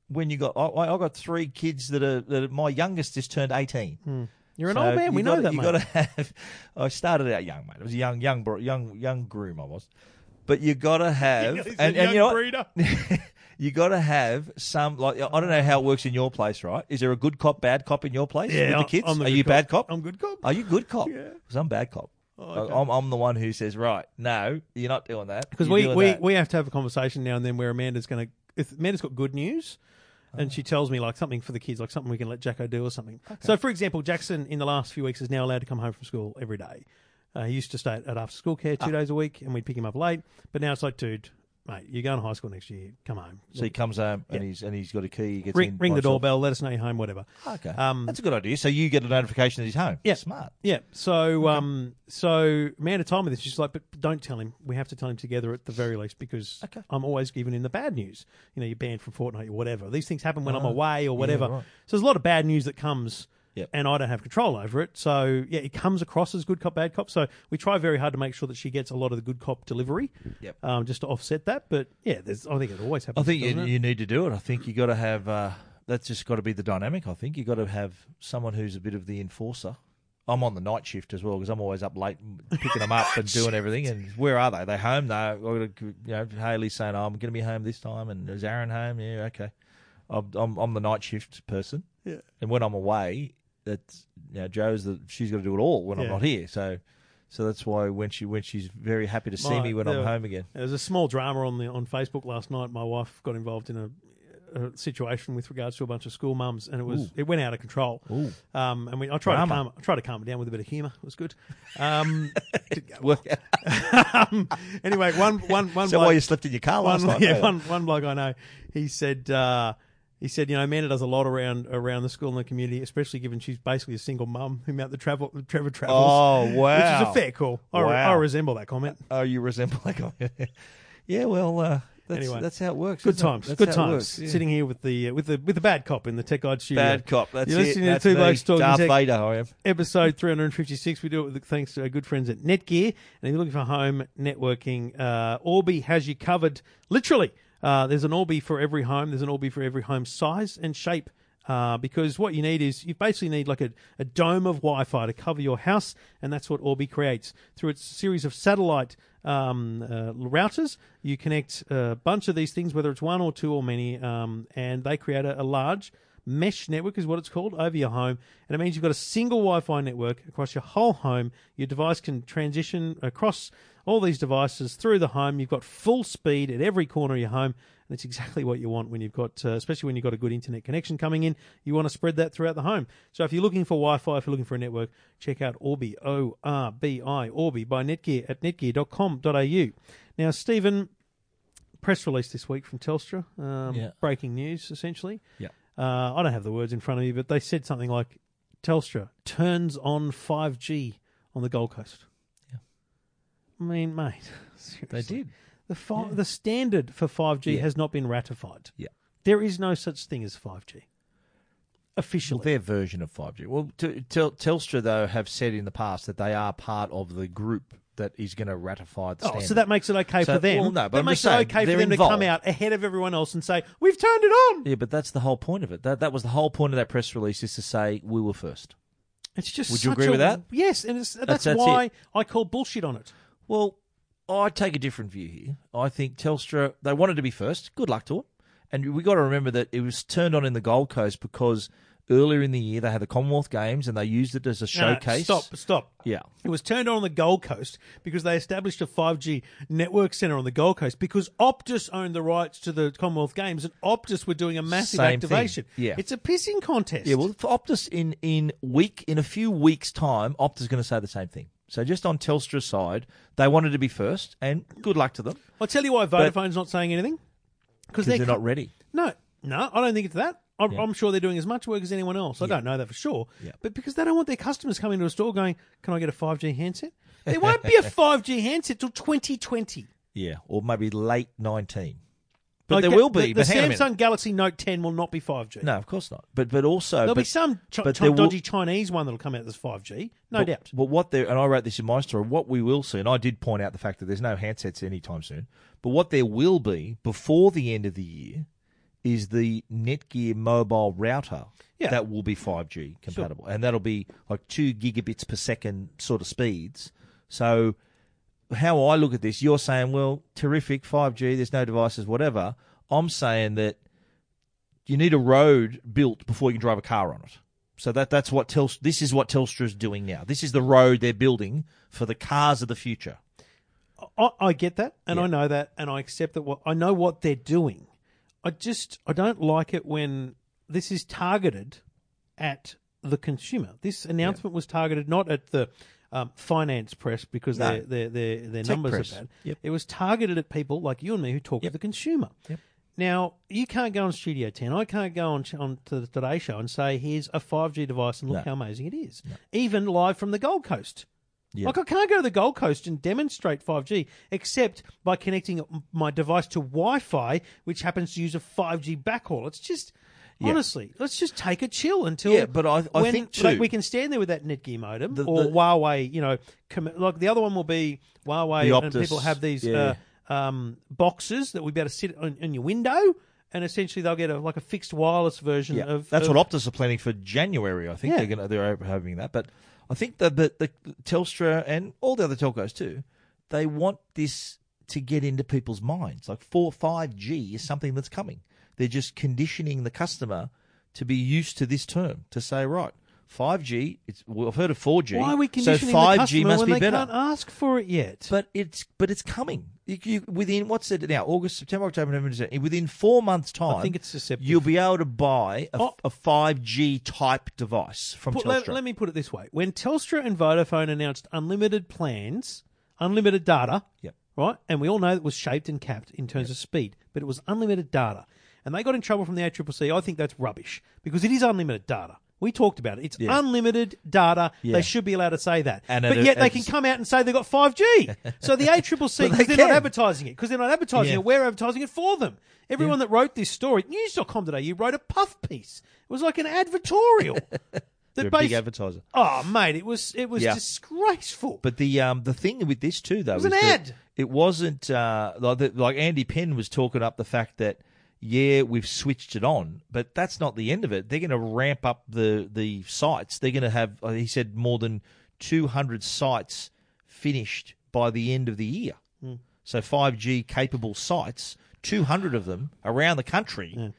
Speaker 2: When you got, I, I I've got three kids that are that are, my youngest just turned eighteen.
Speaker 1: Hmm. You're an
Speaker 2: So
Speaker 1: old man.
Speaker 2: you
Speaker 1: We know
Speaker 2: gotta-
Speaker 1: that,
Speaker 2: You
Speaker 1: mate.
Speaker 2: got to have. I started out young, mate. I was a young, young, bro- young, young groom. I was, but you got to have,
Speaker 1: He's a
Speaker 2: and, and
Speaker 1: young
Speaker 2: you know, what?
Speaker 1: breeder.
Speaker 2: you got to have some. Like I don't know how it works in your place, right? Is there a good cop, bad cop in your place
Speaker 1: Yeah,
Speaker 2: with the
Speaker 1: I'm-
Speaker 2: kids?
Speaker 1: I'm the
Speaker 2: are
Speaker 1: good
Speaker 2: you
Speaker 1: cop.
Speaker 2: bad cop?
Speaker 1: I'm good cop.
Speaker 2: Are you good cop?
Speaker 1: Yeah. Oh,
Speaker 2: Because I'm bad cop. I- I'm, I'm the one who says, right, no, you're not doing that.
Speaker 1: Because
Speaker 2: You're
Speaker 1: we,
Speaker 2: doing
Speaker 1: we,
Speaker 2: that."
Speaker 1: we have to have a conversation now and then where Amanda's going to. If Amanda's got good news, and she tells me like something for the kids, like something we can let Jacko do or something. So, for example, Jackson in the last few weeks is now allowed to come home from school every day. Uh, he used to stay at, at after school care two
Speaker 2: Ah.
Speaker 1: days a week, and we'd pick him up late. But now it's like, dude, mate, you're going to high school next year. Come home.
Speaker 2: So he comes home and he's and he's got a key. He gets
Speaker 1: ring
Speaker 2: in
Speaker 1: ring the
Speaker 2: by himself.
Speaker 1: doorbell. Let us know you're home. Whatever.
Speaker 2: Okay,
Speaker 1: Um,
Speaker 2: that's a good idea. So you get a notification that he's home.
Speaker 1: Yeah.
Speaker 2: smart.
Speaker 1: Yeah. So, um, so Amanda told me this. She's like, but don't tell him. We have to tell him together at the very least because
Speaker 2: Okay.
Speaker 1: I'm always giving him the bad news. You know, you're banned from Fortnite or whatever. These things happen when I'm away or whatever.
Speaker 2: Ah, right.
Speaker 1: So there's a lot of bad news that comes.
Speaker 2: Yep.
Speaker 1: And I don't have control over it. So, yeah, it comes across as good cop, bad cop. So, we try very hard to make sure that she gets a lot of the good cop delivery
Speaker 2: Yep.
Speaker 1: um, just to offset that. But, yeah, there's, I think it always
Speaker 2: I
Speaker 1: happens.
Speaker 2: think
Speaker 1: doesn't
Speaker 2: you,
Speaker 1: it?
Speaker 2: you need to do it. I think you got to have. Uh, that's just got to be the dynamic. I think you got to have someone who's a bit of the enforcer. I'm on the night shift as well because I'm always up late picking them up and doing everything. And where are they? They home though. I've got to, you know, Haley's saying oh, I'm going to be home this time, and is Aaron home? Yeah, okay. I'm I'm, I'm the night shift person.
Speaker 1: Yeah.
Speaker 2: And when I'm away, that's you know, Joe's the she's got to do it all when I'm
Speaker 1: Yeah.
Speaker 2: not here. So. So that's why when she when she's very happy to see
Speaker 1: My-
Speaker 2: me when
Speaker 1: there-
Speaker 2: I'm home again.
Speaker 1: There was a small drama on the on Facebook last night. My wife got involved in a a situation with regards to a bunch of school mums, and it was it went out of control. Um, and we, I tried
Speaker 2: Drama.
Speaker 1: to calm I tried to calm it down with a bit of humour. It was good. Um,
Speaker 2: Well,
Speaker 1: um, anyway, one one one.
Speaker 2: is that
Speaker 1: bloke-
Speaker 2: why you slept in your car last
Speaker 1: one,
Speaker 2: night?
Speaker 1: Yeah, one, one bloke I know, he said, uh, he said, you know, Amanda does a lot around around the school and the community, especially given she's basically a single mum who out the travel Trevor travels.
Speaker 2: Oh,
Speaker 1: Which
Speaker 2: wow.
Speaker 1: is a fair call. I, re-
Speaker 2: Wow.
Speaker 1: I resemble that comment.
Speaker 2: Oh, you resemble like Yeah, well, uh, that's,
Speaker 1: Anyway.
Speaker 2: that's how it works.
Speaker 1: Good
Speaker 2: isn't it?
Speaker 1: times,
Speaker 2: That's
Speaker 1: good
Speaker 2: how it
Speaker 1: times.
Speaker 2: works, yeah.
Speaker 1: Sitting here with the uh, with the with the bad cop in the Tech Guide studio.
Speaker 2: Bad cop. That's
Speaker 1: You're
Speaker 2: it.
Speaker 1: listening
Speaker 2: That's
Speaker 1: to two
Speaker 2: me.
Speaker 1: blokes talking
Speaker 2: Darth
Speaker 1: tech.
Speaker 2: Vader, I am.
Speaker 1: episode 356. We do it with thanks to our good friends at Netgear. And if you're looking for home networking, uh, Orbi has you covered. Literally, uh, there's an Orbi for every home. There's an Orbi for every home size and shape. Uh, because what you need is you basically need like a, a dome of Wi-Fi to cover your house, and that's what Orbi creates through its series of satellite um, uh, routers. You connect a bunch of these things, whether it's one or two or many, um, and they create a, a large Mesh network is what it's called over your home, and it means you've got a single Wi-Fi network across your whole home. Your device can transition across all these devices through the home. You've got full speed at every corner of your home, and it's exactly what you want when you've got, uh, especially when you've got a good internet connection coming in. You want to spread that throughout the home. So if you're looking for Wi-Fi, if you're looking for a network, check out Orbi O R B I Orbi by Netgear at netgear.com.au. Now, Stephen, press release this week from Telstra, um,
Speaker 2: Yeah.
Speaker 1: breaking news essentially.
Speaker 2: Yeah.
Speaker 1: Uh, I don't have the words in front of me, but they said something like Telstra turns on 5G on the Gold Coast.
Speaker 2: Yeah.
Speaker 1: I mean, mate, seriously.
Speaker 2: did.
Speaker 1: The, fi- the standard for 5G
Speaker 2: Yeah.
Speaker 1: has not been ratified.
Speaker 2: Yeah.
Speaker 1: There is no such thing as 5G
Speaker 2: Well,
Speaker 1: officially.
Speaker 2: their version of 5G. Well, T- Tel- Telstra, though, have said in the past that they are part of the group that is going to ratify the
Speaker 1: Oh,
Speaker 2: standard.
Speaker 1: so that makes it okay
Speaker 2: So-
Speaker 1: for them.
Speaker 2: well, no, but
Speaker 1: that
Speaker 2: I'm
Speaker 1: makes
Speaker 2: just saying,
Speaker 1: it okay for
Speaker 2: they're
Speaker 1: them to come
Speaker 2: involved.
Speaker 1: out ahead of everyone else and say, "We've turned it on."
Speaker 2: Yeah, but that's the whole point of it. That that was the whole point of that press release is to say we were first.
Speaker 1: It's just.
Speaker 2: Would you
Speaker 1: such
Speaker 2: agree
Speaker 1: a-
Speaker 2: with that?
Speaker 1: Yes, and it's, that's,
Speaker 2: that's
Speaker 1: why I call bullshit on it.
Speaker 2: Well, I take a different view here. I think Telstra they wanted to be first. Good luck to them. And we got to remember that it was turned on in the Gold Coast because earlier in the year they had the Commonwealth Games and they used it as a
Speaker 1: No, no,
Speaker 2: showcase.
Speaker 1: stop. Stop.
Speaker 2: Yeah.
Speaker 1: It was turned on on the Gold Coast because they established a 5G network center on the Gold Coast because Optus owned the rights to the Commonwealth Games and Optus were doing a massive
Speaker 2: Same thing.
Speaker 1: activation.
Speaker 2: Yeah.
Speaker 1: It's a pissing contest.
Speaker 2: Yeah, well, for Optus in in week in a few weeks' time, Optus is going to say the same thing. So just on Telstra's side, they wanted to be first, and good luck to them
Speaker 1: I'll tell you why Vodafone's not saying anything. Because
Speaker 2: because they're not ready.
Speaker 1: No, no, I don't think it's that. I'm, I'm sure they're doing as much work as anyone else. I don't know that for sure.
Speaker 2: Yeah.
Speaker 1: But because they don't want their customers coming to a store going, can I get a 5G handset? There won't be a 5G handset till 2020.
Speaker 2: Yeah, or maybe late nineteen, but
Speaker 1: Like,
Speaker 2: there
Speaker 1: the-
Speaker 2: will be.
Speaker 1: The, the
Speaker 2: but hang on a minute.
Speaker 1: Samsung Galaxy Note 10 will not be 5G.
Speaker 2: No, of course not. But but also
Speaker 1: There'll
Speaker 2: but,
Speaker 1: be some ch-
Speaker 2: but
Speaker 1: ch-
Speaker 2: there will-
Speaker 1: dodgy Chinese one that'll come out that's 5G, no
Speaker 2: but,
Speaker 1: doubt.
Speaker 2: But what they and I wrote this in my story. What we will see, and I did point out the fact that there's no handsets anytime soon. But what there will be before the end of the year is the Netgear mobile router
Speaker 1: Yeah.
Speaker 2: that will be 5G compatible, and that'll be like two gigabits per second sort of speeds. So how I look at this, you're saying, well, terrific, 5G, there's no devices, whatever. I'm saying that you need a road built before you can drive a car on it. So that that's what Telstra, this is what Telstra is doing now. This is the road they're building for the cars of the future.
Speaker 1: I, I get that, and
Speaker 2: Yeah.
Speaker 1: I know that, and I accept that. What I know what they're doing. I just I don't like it when this is targeted at the consumer. This announcement was targeted not at the um, finance press because
Speaker 2: No.
Speaker 1: their their their, their
Speaker 2: Tech
Speaker 1: numbers
Speaker 2: press.
Speaker 1: are bad.
Speaker 2: Yep.
Speaker 1: It was targeted at people like you and me who talk to the consumer. Now you can't go on Studio Ten. I can't go on on to the Today Show and say, "Here's a five G device and look
Speaker 2: No.
Speaker 1: how amazing it is." Even live from the Gold Coast.
Speaker 2: Yeah.
Speaker 1: Like I can't go to the Gold Coast and demonstrate 5G except by connecting my device to Wi-Fi, which happens to use a 5G backhaul. It's just honestly, let's just take a chill until
Speaker 2: Yeah, but I- I
Speaker 1: when-
Speaker 2: think too-
Speaker 1: like we can stand there with that Netgear modem
Speaker 2: The-
Speaker 1: or
Speaker 2: the-
Speaker 1: Huawei. You know, com- like the other one will be Huawei,
Speaker 2: The
Speaker 1: and
Speaker 2: Optus,
Speaker 1: people have these
Speaker 2: yeah.
Speaker 1: uh, um, boxes that we better sit on, on your window, and essentially they'll get a, like a fixed wireless version
Speaker 2: Yeah,
Speaker 1: of
Speaker 2: that's
Speaker 1: of,
Speaker 2: what Optus are planning for January. I think
Speaker 1: Yeah.
Speaker 2: they're going to they're having that. But I think that the, the Telstra and all the other telcos too, they want this to get into people's minds. Like four five G is something that's coming. They're just conditioning the customer to be used to this term to say right. Five G. It's well, I've heard of four G.
Speaker 1: Why are we
Speaker 2: So
Speaker 1: conditioning the
Speaker 2: five G
Speaker 1: customer
Speaker 2: must
Speaker 1: when
Speaker 2: be
Speaker 1: they
Speaker 2: better.
Speaker 1: can't ask for it yet?
Speaker 2: But it's but it's coming. You, you, within what's it now? August, September, October, November, December. Within four months' time,
Speaker 1: think it's deceptive.
Speaker 2: You'll be able to buy a
Speaker 1: Oh.
Speaker 2: a five G type device from
Speaker 1: Put-
Speaker 2: Telstra.
Speaker 1: let, let me put it this way: when Telstra and Vodafone announced unlimited plans, unlimited data,
Speaker 2: Yep.
Speaker 1: right, and we all know that was shaped and capped in terms of speed, but it was unlimited data, and they got in trouble from the ACCC. I think that's rubbish because it is unlimited data. We talked about it. It's unlimited data.
Speaker 2: Yeah.
Speaker 1: They should be allowed to say that.
Speaker 2: And
Speaker 1: but
Speaker 2: it-
Speaker 1: yet they
Speaker 2: it's-
Speaker 1: can come out and say they've got 5G. So the ACCC, because
Speaker 2: they
Speaker 1: they're not
Speaker 2: can.
Speaker 1: advertising it, because they're not advertising
Speaker 2: Yeah.
Speaker 1: it, we're advertising it for them. Everyone that wrote this story, news.com.au wrote a puff piece. It was like an advertorial. that
Speaker 2: They're a
Speaker 1: basi-
Speaker 2: big advertiser.
Speaker 1: Oh, mate, it was it was
Speaker 2: Yeah.
Speaker 1: disgraceful.
Speaker 2: But the um the thing with this too though
Speaker 1: was an
Speaker 2: is that
Speaker 1: ad.
Speaker 2: It wasn't uh like the, like Andy Penn was talking up the fact that yeah we've switched it on, but that's not the end of it. They're going to ramp up the the sites. They're going to have uh, he said more than two hundred sites finished by the end of the year.
Speaker 1: Hmm.
Speaker 2: So five G capable sites, two hundred of them around the country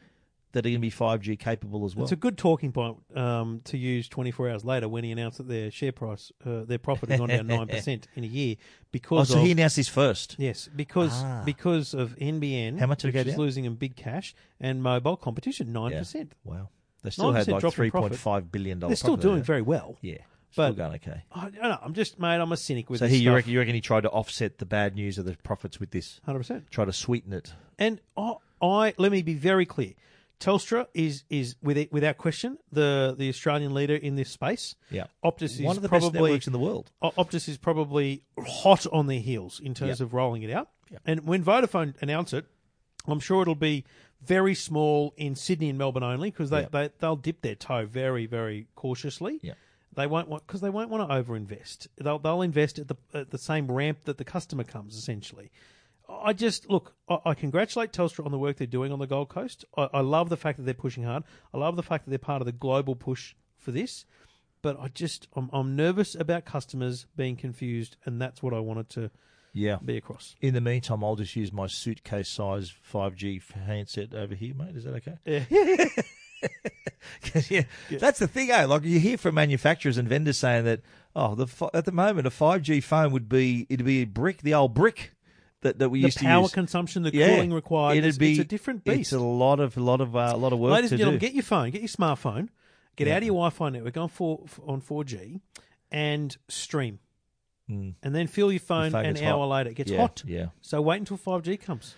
Speaker 2: that are going to be five G capable as well.
Speaker 1: it's a good talking point um, to use 24 hours later when he announced that their share price, uh, their profit had gone down nine percent in a year
Speaker 2: oh,
Speaker 1: because
Speaker 2: so
Speaker 1: of
Speaker 2: he announced this first.
Speaker 1: yes, because because of NBN,
Speaker 2: How much did it
Speaker 1: which
Speaker 2: go
Speaker 1: is
Speaker 2: down?
Speaker 1: losing in big cash and mobile competition, nine percent.
Speaker 2: Wow. They still had
Speaker 1: 9%
Speaker 2: like
Speaker 1: drop in
Speaker 2: three
Speaker 1: profit.
Speaker 2: point five billion
Speaker 1: They're
Speaker 2: dollars.
Speaker 1: still doing very well.
Speaker 2: Yeah,
Speaker 1: But-
Speaker 2: still going okay.
Speaker 1: I, I don't know, I'm just mate. I'm a cynic with
Speaker 2: So
Speaker 1: this
Speaker 2: he, you
Speaker 1: stuff.
Speaker 2: reckon, you reckon he tried to offset the bad news of the profits with this?
Speaker 1: 100%.
Speaker 2: Try to sweeten it.
Speaker 1: And I, I let me be very clear. Telstra is is with without question the the Australian leader in this space.
Speaker 2: Yeah.
Speaker 1: Optus is
Speaker 2: One of the
Speaker 1: probably
Speaker 2: best networks in the world.
Speaker 1: O- Optus is probably hot on their heels in terms of rolling it out. And when Vodafone announce it, I'm sure it'll be very small in Sydney and Melbourne only because they, they they'll dip their toe very very cautiously.
Speaker 2: Yeah.
Speaker 1: They won't want because they won't want to overinvest. They'll they'll invest at the at the same ramp that the customer comes essentially. I just look. I, I congratulate Telstra on the work they're doing on the Gold Coast. I, I love the fact that they're pushing hard. I love the fact that they're part of the global push for this. But I just I'm, I'm nervous about customers being confused, and that's what I wanted to
Speaker 2: Yeah.
Speaker 1: be across.
Speaker 2: In the meantime, I'll just use my suitcase size 5G handset over here, mate. Is that okay?
Speaker 1: Yeah.
Speaker 2: 'Cause, yeah, that's the thing, eh? Like you hear from manufacturers and vendors saying that, oh, the fi- at the moment a 5G phone would be it'd be a brick, the old brick that, that we
Speaker 1: The
Speaker 2: used
Speaker 1: power
Speaker 2: to use.
Speaker 1: consumption, the
Speaker 2: Yeah.
Speaker 1: cooling required,
Speaker 2: It'd
Speaker 1: it's,
Speaker 2: be
Speaker 1: it's a different beast.
Speaker 2: It's a lot of lot of uh, lot of work
Speaker 1: Ladies
Speaker 2: to
Speaker 1: and gentlemen,
Speaker 2: do.
Speaker 1: get your phone, get your smartphone, get out of your Wi-Fi network, go on four f- on four G, and stream, and then fill your phone
Speaker 2: Hmm. phone
Speaker 1: an
Speaker 2: gets
Speaker 1: hour
Speaker 2: hot.
Speaker 1: later. It gets
Speaker 2: Yeah,
Speaker 1: hot.
Speaker 2: yeah.
Speaker 1: So wait until five G comes.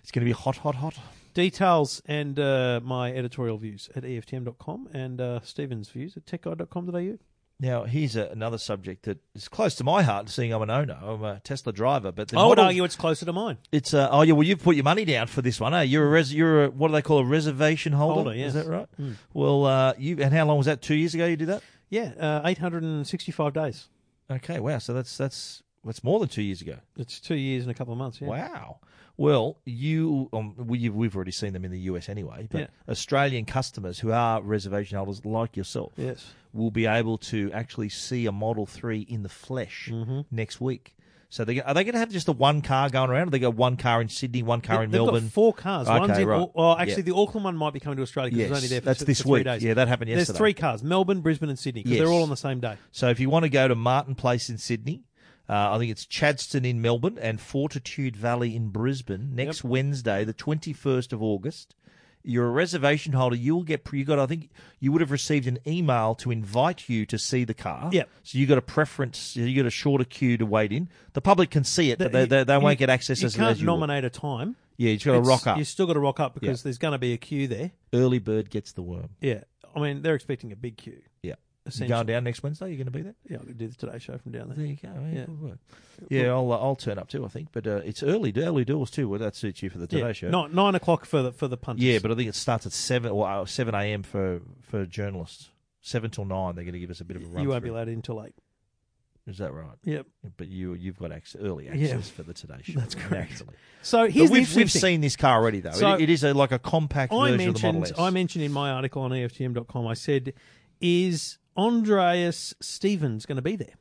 Speaker 2: it's going to be hot, hot, hot.
Speaker 1: Details and uh, my editorial views at E EFTM.com and uh, Stephen's views at techguide.com.au.
Speaker 2: Now, here's a, another subject that is close to my heart, seeing I'm an owner. I'm a Tesla driver, but the
Speaker 1: I would
Speaker 2: model-
Speaker 1: argue it's closer to mine.
Speaker 2: it's uh, oh yeah. Well, you've put your money down for this one. Eh? You're a res- you're a, what do they call a reservation holder?
Speaker 1: Holder, yes. Hmm.
Speaker 2: Is that right? Well, uh, you and how long was that? Two years ago, you did that.
Speaker 1: Yeah, uh, 865 days.
Speaker 2: Okay, wow. So that's that's that's more than two years ago.
Speaker 1: It's two years and a couple of months. Yeah.
Speaker 2: Wow. Well, you um, we, you've, we've already seen them in the US anyway, but
Speaker 1: Yeah.
Speaker 2: Australian customers who are reservation holders like yourself
Speaker 1: Yes.
Speaker 2: will be able to actually see a Model Three in the flesh
Speaker 1: Mm-hmm.
Speaker 2: next week. So they are they going to have just the one car going around? Or they got one car in Sydney, one car in
Speaker 1: They've
Speaker 2: Melbourne.
Speaker 1: got four cars. One's
Speaker 2: Okay,
Speaker 1: in.
Speaker 2: right.
Speaker 1: Au- Well, actually,
Speaker 2: Yeah.
Speaker 1: the Auckland one might be coming to Australia because
Speaker 2: Yes,
Speaker 1: it's only there for,
Speaker 2: that's
Speaker 1: two-
Speaker 2: this
Speaker 1: for three
Speaker 2: week.
Speaker 1: days.
Speaker 2: Yeah, that happened
Speaker 1: There's
Speaker 2: yesterday.
Speaker 1: three cars: Melbourne, Brisbane, and Sydney. 'cause
Speaker 2: Yes.
Speaker 1: they're all on the same day.
Speaker 2: So if you want to go to Martin Place in Sydney, uh, I think it's Chadston in Melbourne and Fortitude Valley in Brisbane next Wednesday, the twenty first of August. You're a reservation holder. You will get. pre- You got. I think you would have received an email to invite you to see the car.
Speaker 1: Yep.
Speaker 2: So you got a preference. You got a shorter queue to wait in. The public can see it, but they, they, they
Speaker 1: You-
Speaker 2: won't get access
Speaker 1: You
Speaker 2: as
Speaker 1: can't
Speaker 2: as you would.
Speaker 1: nominate a time.
Speaker 2: Yeah, you just got to rock up.
Speaker 1: You still got to rock up because there's going to be a queue there.
Speaker 2: Early bird gets the worm.
Speaker 1: Yeah, I mean they're expecting a big queue.
Speaker 2: Yeah. You
Speaker 1: Essentially.
Speaker 2: going down next Wednesday? You're going to be there.
Speaker 1: Yeah, I could do the Today Show from down there.
Speaker 2: There you go. Yeah,
Speaker 1: Yeah.
Speaker 2: good work. Yeah, I'll uh, I'll turn up too. I think, but uh, it's early early doors too. Well, that suits you for the Today
Speaker 1: yeah,
Speaker 2: Show.
Speaker 1: Nine, nine o'clock for the for the punters.
Speaker 2: yeah, but I think it starts at seven or uh, seven a.m. for for journalists. Seven till nine, they're going to give us a bit of a run.
Speaker 1: you won't be
Speaker 2: through.
Speaker 1: allowed in till late.
Speaker 2: Is that right?
Speaker 1: Yep.
Speaker 2: But you you've got access, early access
Speaker 1: Yeah.
Speaker 2: for the Today Show. That's correct. Actually.
Speaker 1: So
Speaker 2: But
Speaker 1: here's the
Speaker 2: we've
Speaker 1: interesting
Speaker 2: we've
Speaker 1: thing.
Speaker 2: seen this car already though. It-
Speaker 1: So-
Speaker 2: it is a, like a compact
Speaker 1: I
Speaker 2: version of the Model
Speaker 1: mentioned
Speaker 2: S.
Speaker 1: I mentioned in my article on E EFTM.com, I said, is Andreas Stevens going to be there?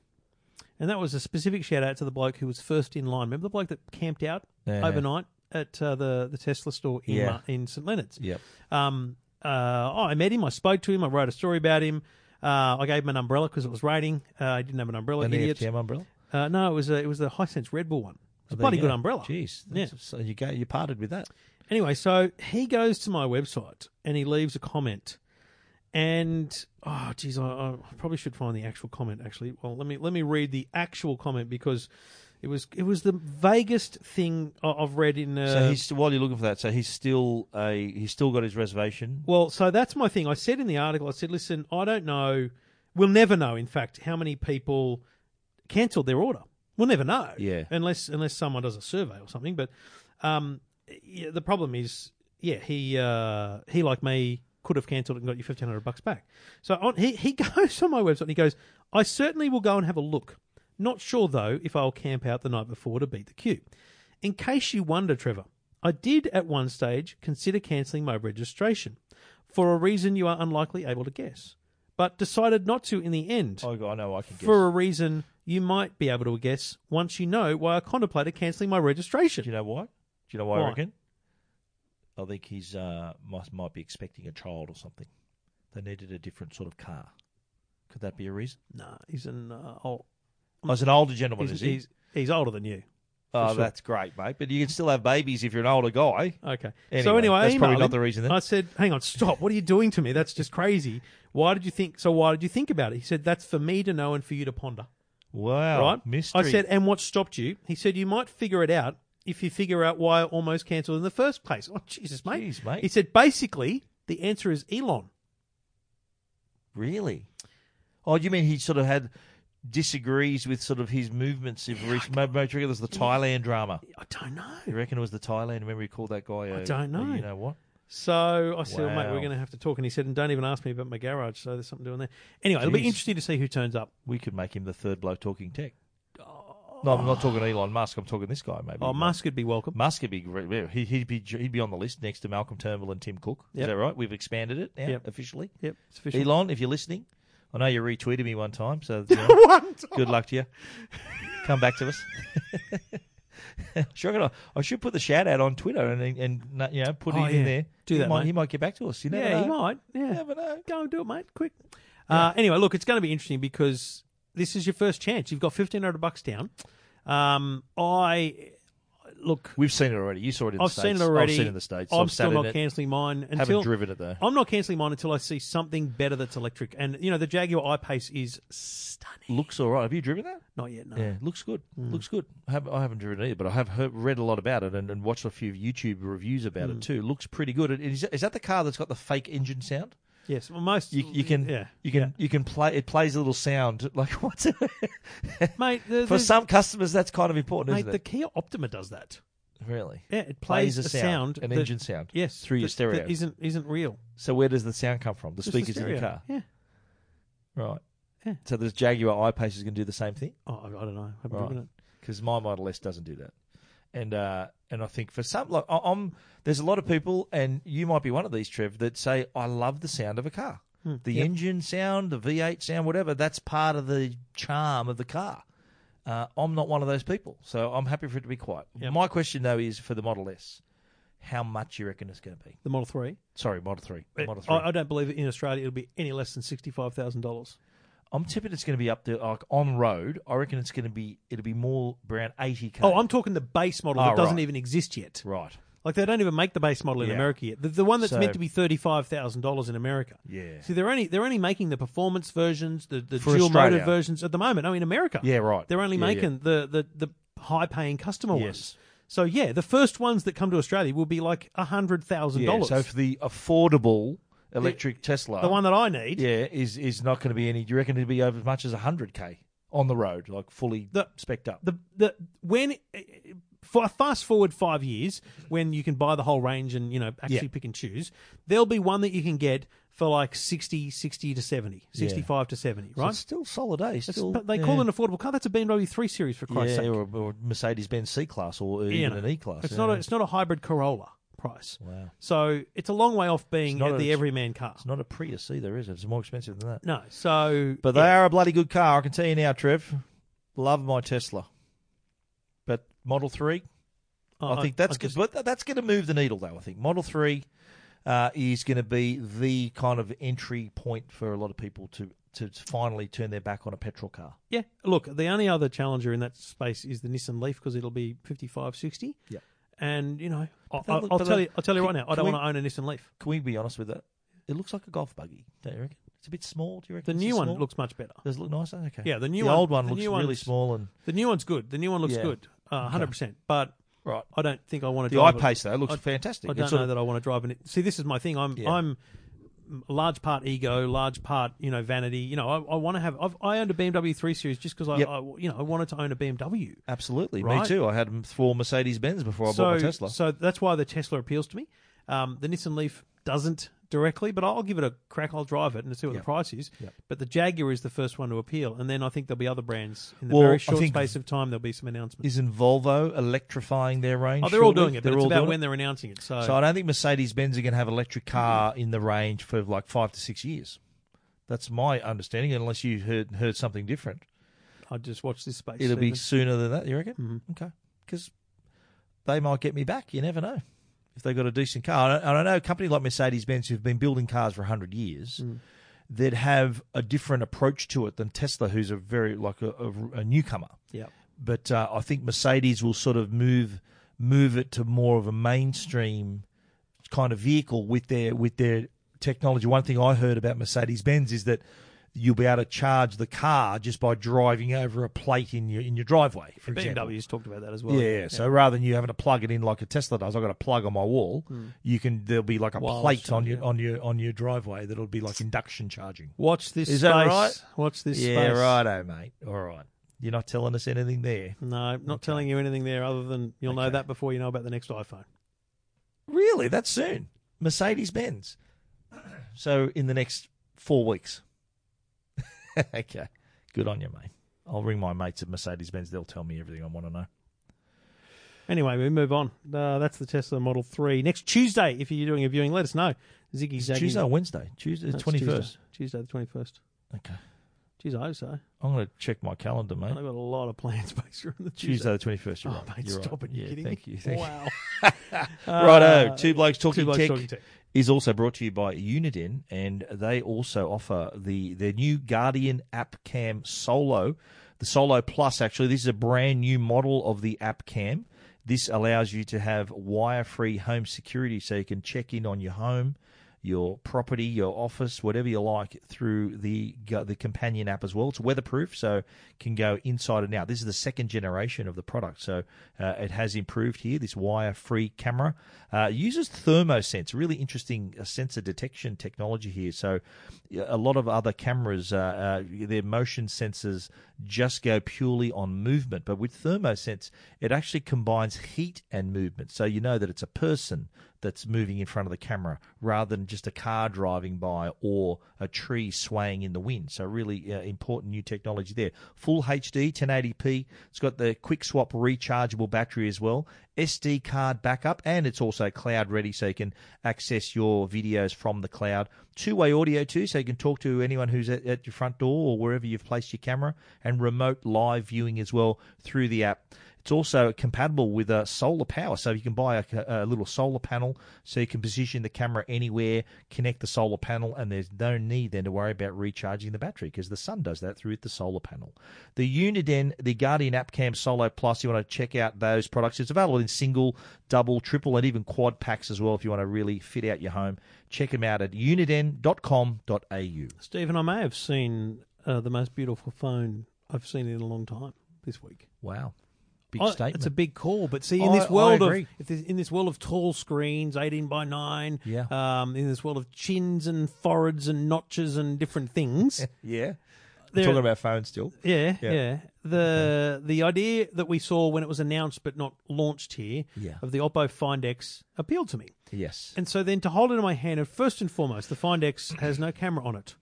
Speaker 1: And that was a specific shout out to the bloke who was first in line. Remember the bloke that camped out
Speaker 2: Yeah.
Speaker 1: overnight at uh, the the Tesla store in
Speaker 2: Yeah.
Speaker 1: Mar- in St Leonard's?
Speaker 2: Yep.
Speaker 1: Um, uh, I met him. I spoke to him. I wrote a story about him. Uh, I gave him an umbrella because it was raining. Uh, I didn't have an umbrella.
Speaker 2: An E
Speaker 1: idiots.
Speaker 2: EFTM umbrella.
Speaker 1: Uh, no, it was a, it was the high sense Red Bull one. It's a
Speaker 2: Oh, There
Speaker 1: bloody
Speaker 2: you
Speaker 1: good umbrella.
Speaker 2: Jeez.
Speaker 1: Yeah.
Speaker 2: that's- So you go, you parted with that.
Speaker 1: Anyway, so he goes to my website and he leaves a comment, and oh, geez, I, I probably should find the actual comment. Actually, well, let me let me read the actual comment because it was it was the vaguest thing I- I've read in. Uh,
Speaker 2: So he's while you're looking for that, so he's still a he's still got his reservation.
Speaker 1: Well, so that's my thing. I said in the article, I said, listen, I don't know. We'll never know, in fact, how many people cancelled their order. We'll never know.
Speaker 2: Yeah.
Speaker 1: Unless unless someone does a survey or something. But um, yeah, the problem is, yeah, he uh, he like me could have cancelled it and got you fifteen hundred bucks back. So on, he he goes on my website and he goes, I certainly will go and have a look. Not sure though if I'll camp out the night before to beat the queue. In case you wonder, Trevor, I did at one stage consider cancelling my registration for a reason you are unlikely able to guess, but decided not to in the end
Speaker 2: I, I know I can guess.
Speaker 1: for a reason you might be able to guess once you know why I contemplated cancelling my registration.
Speaker 2: Do you know why? Do you know why,
Speaker 1: Why?
Speaker 2: I reckon? I think he's uh, must might be expecting a child or something. They needed a different sort of car. Could that be a reason?
Speaker 1: No, he's an uh, old.
Speaker 2: Oh, it's an older gentleman,
Speaker 1: He's,
Speaker 2: is he?
Speaker 1: he's, he's older than you.
Speaker 2: oh,
Speaker 1: sure.
Speaker 2: that's great, mate. But you can still have babies if you're an older guy.
Speaker 1: Okay. so
Speaker 2: Anyway,
Speaker 1: anyway, I
Speaker 2: that's probably
Speaker 1: emailed
Speaker 2: not
Speaker 1: him.
Speaker 2: the reason then.
Speaker 1: I said, "Hang on, stop! What are you doing to me? That's just crazy. Why did you think? So why did you think about it?" He said, "That's for me to know and for you to ponder."
Speaker 2: Wow,
Speaker 1: right?
Speaker 2: Oh, mystery.
Speaker 1: I said, and what stopped you? He said, you might figure it out if you figure out why I almost cancelled in the first place. Oh, Jesus, mate.
Speaker 2: Jeez, mate.
Speaker 1: He said, basically, the answer is Elon.
Speaker 2: really? Oh, you mean he sort of had disagrees with sort of his movements of recent? Maybe maybe it was the Thailand drama.
Speaker 1: I don't know.
Speaker 2: You reckon it was the Thailand? Remember he called that guy? I
Speaker 1: don't know.
Speaker 2: You know what?
Speaker 1: So I said, well, mate,
Speaker 2: Wow.
Speaker 1: we're going to have to talk. And he said, and don't even ask me about my garage. So there's something doing there. Anyway, it'll be
Speaker 2: Jeez.
Speaker 1: interesting to see who turns up.
Speaker 2: We could make him the third bloke talking tech. No, I'm not talking Elon Musk. I'm talking this guy. Maybe
Speaker 1: Oh, Musk would be welcome.
Speaker 2: Musk would be great. He- He'd be he'd be on the list next to Malcolm Turnbull and Tim Cook.
Speaker 1: Yep.
Speaker 2: Is that right? We've expanded it now
Speaker 1: Yep.
Speaker 2: officially.
Speaker 1: Yep, it's official.
Speaker 2: Elon, if you're listening, I know you retweeted me one time, so you know, good luck to you. Come back to us. sure, I gotta- I should put the shout out on Twitter and and you know put
Speaker 1: Oh,
Speaker 2: it
Speaker 1: yeah.
Speaker 2: in there.
Speaker 1: Do
Speaker 2: he
Speaker 1: that,
Speaker 2: Might,
Speaker 1: mate.
Speaker 2: He might get back to us. You never
Speaker 1: yeah,
Speaker 2: know.
Speaker 1: he might.
Speaker 2: You
Speaker 1: Yeah.
Speaker 2: never know.
Speaker 1: Go and do it, mate. Quick. Uh, anyway, look, it's going to be interesting because this is your first chance. You've got 1500 bucks down. Um, I, look,
Speaker 2: We've seen it already. You saw it in the
Speaker 1: I've
Speaker 2: states.
Speaker 1: seen it already.
Speaker 2: I've seen it in the states.
Speaker 1: I'm
Speaker 2: I've
Speaker 1: still
Speaker 2: sat
Speaker 1: not
Speaker 2: in it.
Speaker 1: cancelling mine
Speaker 2: Haven't
Speaker 1: until
Speaker 2: driven it though.
Speaker 1: I'm not cancelling mine until I see something better that's electric. And you know, the Jaguar I Pace is stunning.
Speaker 2: Looks all right. Have you driven that?
Speaker 1: Not yet, no.
Speaker 2: Yeah, Mm. looks good. Looks good. I, have, I haven't driven it either, but I have heard, read a lot about it and, and watched a few YouTube reviews about it too. Looks pretty good. It- Is, is that the car that's got the fake engine sound?
Speaker 1: Yes, well, most
Speaker 2: You, you can,
Speaker 1: yeah,
Speaker 2: you can, you can play. It plays a little sound. Like what's it?
Speaker 1: mate. The,
Speaker 2: For
Speaker 1: there's-
Speaker 2: some customers, that's kind of important,
Speaker 1: mate,
Speaker 2: isn't
Speaker 1: the Kia Optima does that.
Speaker 2: it? Really?
Speaker 1: Yeah, it plays, a sound,
Speaker 2: an
Speaker 1: that-
Speaker 2: engine sound.
Speaker 1: Yes,
Speaker 2: through your
Speaker 1: that-
Speaker 2: stereo.
Speaker 1: that isn't isn't real.
Speaker 2: So where does the sound come from? The
Speaker 1: Just the
Speaker 2: speakers in the
Speaker 1: stereo.
Speaker 2: car,
Speaker 1: Yeah.
Speaker 2: right?
Speaker 1: Yeah.
Speaker 2: So this Jaguar I-Pace is going to do the same thing.
Speaker 1: Oh, I, I don't know. I haven't
Speaker 2: Right.
Speaker 1: driven it.
Speaker 2: because my Model S doesn't do that. And uh, and I think for some, like I- I'm, there's a lot of people, and you might be one of these, Trev, that say I love the sound of a car,
Speaker 1: Hmm,
Speaker 2: the engine sound, the V8 sound, whatever. That's part of the charm of the car. Uh, I'm not one of those people, so I'm happy for it to be quiet.
Speaker 1: Yep.
Speaker 2: My question though is for the Model S, how much you reckon it's going to be?
Speaker 1: The Model Three.
Speaker 2: Sorry, Model Three, Model Three.
Speaker 1: Eh, I, I don't believe in Australia it'll be any less than sixty five thousand dollars.
Speaker 2: I'm tipping it's going to be up to like on road. I reckon it's going to be it'll be more around 80k.
Speaker 1: Oh, I'm talking the base model
Speaker 2: Oh,
Speaker 1: that doesn't
Speaker 2: right.
Speaker 1: even exist yet.
Speaker 2: right.
Speaker 1: Like they don't even make the base model in
Speaker 2: Yeah.
Speaker 1: America yet. The, the one that's
Speaker 2: So-
Speaker 1: meant to be thirty five thousand dollars in America.
Speaker 2: Yeah.
Speaker 1: See, they're only they're only making the performance versions, the, the
Speaker 2: For
Speaker 1: dual motor
Speaker 2: Australia.
Speaker 1: versions at the moment. No, in America.
Speaker 2: Yeah, right.
Speaker 1: They're only
Speaker 2: Yeah, yeah.
Speaker 1: making the the the high paying customer
Speaker 2: Yes.
Speaker 1: ones. So yeah, the first ones that come to Australia will be like hundred thousand
Speaker 2: Yeah,
Speaker 1: dollars.
Speaker 2: so for the affordable electric Tesla,
Speaker 1: the one that I need.
Speaker 2: yeah, is is not going to be any. Do you reckon it'd be over as much as hundred k on the road, like fully
Speaker 1: The-
Speaker 2: specced up?
Speaker 1: The the when for fast forward five years when you can buy the whole range and you know actually
Speaker 2: Yeah.
Speaker 1: pick and choose, there'll be one that you can get for like 60, 60 to 70, 65 to 70,
Speaker 2: So
Speaker 1: right?
Speaker 2: it's still solid, eh?
Speaker 1: It's-
Speaker 2: Still,
Speaker 1: but they
Speaker 2: yeah.
Speaker 1: call it an affordable car. That's a BMW 3 Series for Christ's
Speaker 2: yeah,
Speaker 1: sake.
Speaker 2: or, or Mercedes Benz C class, or
Speaker 1: You
Speaker 2: even
Speaker 1: know,
Speaker 2: an E class.
Speaker 1: It's not a, it's not a hybrid Corolla price.
Speaker 2: Wow.
Speaker 1: So it's a long way off being
Speaker 2: not
Speaker 1: at
Speaker 2: a-
Speaker 1: the everyman car.
Speaker 2: it's not a Prius either, is it? It's more expensive than that.
Speaker 1: No, so
Speaker 2: But they are a bloody good car, I can tell you now, Trev. Love my Tesla, but Model Three,
Speaker 1: Oh,
Speaker 2: I think that's
Speaker 1: just-
Speaker 2: good. But that's going to move the needle, though. I think Model Three uh, is going to be the kind of entry point for a lot of people to to finally turn their back on a petrol car.
Speaker 1: Yeah. Look, the only other challenger in that space is the Nissan Leaf because it'll be 55, 60.
Speaker 2: Yeah.
Speaker 1: And, you know, I,
Speaker 2: then
Speaker 1: I'll,
Speaker 2: look-
Speaker 1: I'll
Speaker 2: but
Speaker 1: tell
Speaker 2: then-
Speaker 1: you I'll tell you right now, I
Speaker 2: can
Speaker 1: don't
Speaker 2: we-
Speaker 1: want to own a Nissan Leaf.
Speaker 2: Can we be honest with that? It looks like a golf buggy, don't you reckon? It's a bit small, do you
Speaker 1: The
Speaker 2: reckon? it's
Speaker 1: new
Speaker 2: too
Speaker 1: one
Speaker 2: small?
Speaker 1: looks much better.
Speaker 2: Does it look nicer? Okay.
Speaker 1: Yeah, the new
Speaker 2: the
Speaker 1: one-
Speaker 2: old one
Speaker 1: the
Speaker 2: looks
Speaker 1: new
Speaker 2: really
Speaker 1: one's-
Speaker 2: small and
Speaker 1: The new one's good. The new one looks
Speaker 2: Yeah.
Speaker 1: good, uh, 100%. But
Speaker 2: right.
Speaker 1: I don't think I want to
Speaker 2: The eye
Speaker 1: drive
Speaker 2: pace though looks
Speaker 1: I-
Speaker 2: fantastic.
Speaker 1: I
Speaker 2: It's
Speaker 1: don't
Speaker 2: sort
Speaker 1: know
Speaker 2: of-
Speaker 1: that I want to drive in it. See, this is my thing. I'm
Speaker 2: Yeah.
Speaker 1: I'm a large part ego, large part you know vanity. You know, I, I want to have. I've, I owned a BMW 3 Series just because I,
Speaker 2: Yep.
Speaker 1: I you know I wanted to own a BMW.
Speaker 2: absolutely. Me
Speaker 1: Right.
Speaker 2: too. I had four Mercedes Benz before I bought my Tesla.
Speaker 1: so that's why the Tesla appeals to me. Um, the Nissan Leaf doesn't directly, but I'll give it a crack. I'll drive it and see what
Speaker 2: Yep.
Speaker 1: the price is.
Speaker 2: Yep.
Speaker 1: But the Jaguar is the first one to appeal, and then I think there'll be other brands in the
Speaker 2: Well, I
Speaker 1: very short
Speaker 2: think-
Speaker 1: space of time. There'll be some announcements.
Speaker 2: Isn't Volvo electrifying their range?
Speaker 1: oh, they're all
Speaker 2: shortly?
Speaker 1: doing it, but
Speaker 2: They're
Speaker 1: it's
Speaker 2: all
Speaker 1: about
Speaker 2: doing
Speaker 1: when
Speaker 2: it?
Speaker 1: they're announcing it. So,
Speaker 2: So I don't think Mercedes Benz are going to have electric car in the range for like five to six years. That's my understanding, unless you heard heard something different.
Speaker 1: I just watch this space.
Speaker 2: It'll
Speaker 1: Stephen.
Speaker 2: be sooner than that. You reckon? Mm-hmm. Okay, because they might get me back. You never know if they've got a decent car. And I- And I know a company like Mercedes Benz who've been building cars for hundred years. That have a different approach to it than Tesla, who's a very like a, a- a newcomer.
Speaker 1: yeah.
Speaker 2: But uh, I think Mercedes will sort of move move it to more of a mainstream kind of vehicle with their with their technology. One thing I heard about Mercedes Benz is that you'll be able to charge the car just by driving over a plate in your in your driveway. For example.
Speaker 1: BMW's talked about that as well.
Speaker 2: Yeah, yeah. so rather than you having to plug it in like a Tesla does, I've got a plug on my wall. You can there'll be like a
Speaker 1: Hmm. Wireless
Speaker 2: plate on
Speaker 1: charge,
Speaker 2: your
Speaker 1: yeah.
Speaker 2: on your on your driveway that'll be like induction charging.
Speaker 1: Watch this
Speaker 2: Is
Speaker 1: space.
Speaker 2: that right?
Speaker 1: Watch this
Speaker 2: Yeah,
Speaker 1: space.
Speaker 2: righto, mate. All right, you're not telling us anything there.
Speaker 1: No, not telling you anything there other than you'll know that before you know about the next iPhone.
Speaker 2: Really, that soon? Mercedes Benz. So in the next four weeks. okay, good on you, mate. I'll ring my mates at Mercedes Benz. They'll tell me everything I want to know.
Speaker 1: Anyway, we move on. Uh, that's the Tesla Model 3. Next Tuesday, if you're doing a viewing, let us know. Ziggy Zaggy.
Speaker 2: Tuesday or Wednesday? Tuesday, the
Speaker 1: That's
Speaker 2: twenty first.
Speaker 1: Tuesday, Tuesday the 21st.
Speaker 2: Okay,
Speaker 1: Jeez, I hope so.
Speaker 2: I'm going to check my calendar, mate.
Speaker 1: I've got a lot of plans based around the
Speaker 2: Tuesday
Speaker 1: Tuesday.
Speaker 2: the twenty first.
Speaker 1: Oh, mate, stop it. You're
Speaker 2: yeah,
Speaker 1: kidding
Speaker 2: thank
Speaker 1: me?
Speaker 2: you. Thank
Speaker 1: wow.
Speaker 2: you. Righto,
Speaker 1: Uh,
Speaker 2: two blokes talking
Speaker 1: Two Blokes
Speaker 2: tech.
Speaker 1: Talking Tech.
Speaker 2: is also brought to you by Uniden, and they also offer the their new Guardian App Cam Solo, the Solo Plus. Actually, this is a brand new model of the App Cam. This allows you to have wire-free home security, so you can check in on your home, your property, your office, whatever you like, through the the companion app as well. It's weatherproof, so can go inside and out. This is the second generation of the product, so uh, it has improved here. This wire-free camera uh, uses thermosense, really interesting uh, sensor detection technology here. So yeah, a lot of other cameras, uh, uh, their motion sensors just go purely on movement, but with thermosense, it actually combines heat and movement, so you know that it's a person that's moving in front of the camera rather than just a car driving by or a tree swaying in the wind. So, really uh, important new technology there. Full HD 1080p. It's got the quick swap rechargeable battery as well, SD card backup, and it's also cloud ready so you can access your videos from the cloud. Two way audio too, so you can talk to anyone who's at, at your front door or wherever you've placed your camera, and remote live viewing as well through the app. It's also compatible with uh, solar power, so you can buy a, a little solar panel, so you can position the camera anywhere, connect the solar panel, and there's no need then to worry about recharging the battery because the sun does that through the solar panel. The Uniden, the Guardian AppCam Solo Plus, you want to check out those products. It's available in single, double, triple, and even quad packs as well if you want to really fit out your home. Check them out at uniden.com.au.
Speaker 1: Stephen, I may have seen uh, the most beautiful phone I've seen in a long time this week.
Speaker 2: Wow, big
Speaker 1: I-
Speaker 2: statement.
Speaker 1: It's a big call, but see,
Speaker 2: I-
Speaker 1: in this
Speaker 2: I
Speaker 1: world of
Speaker 2: agree.
Speaker 1: if this, in this world of tall screens, eighteen by nine,
Speaker 2: Yeah.
Speaker 1: um, in this world of chins and foreheads and notches and different things,
Speaker 2: yeah,
Speaker 1: There-
Speaker 2: talking about phones still.
Speaker 1: yeah,
Speaker 2: Yeah.
Speaker 1: yeah, The the idea that we saw when it was announced but not launched here
Speaker 2: Yeah.
Speaker 1: of the Oppo Find X appealed to me,
Speaker 2: Yes,
Speaker 1: and so then to hold it in my hand, and first and foremost, the Find X has no camera on it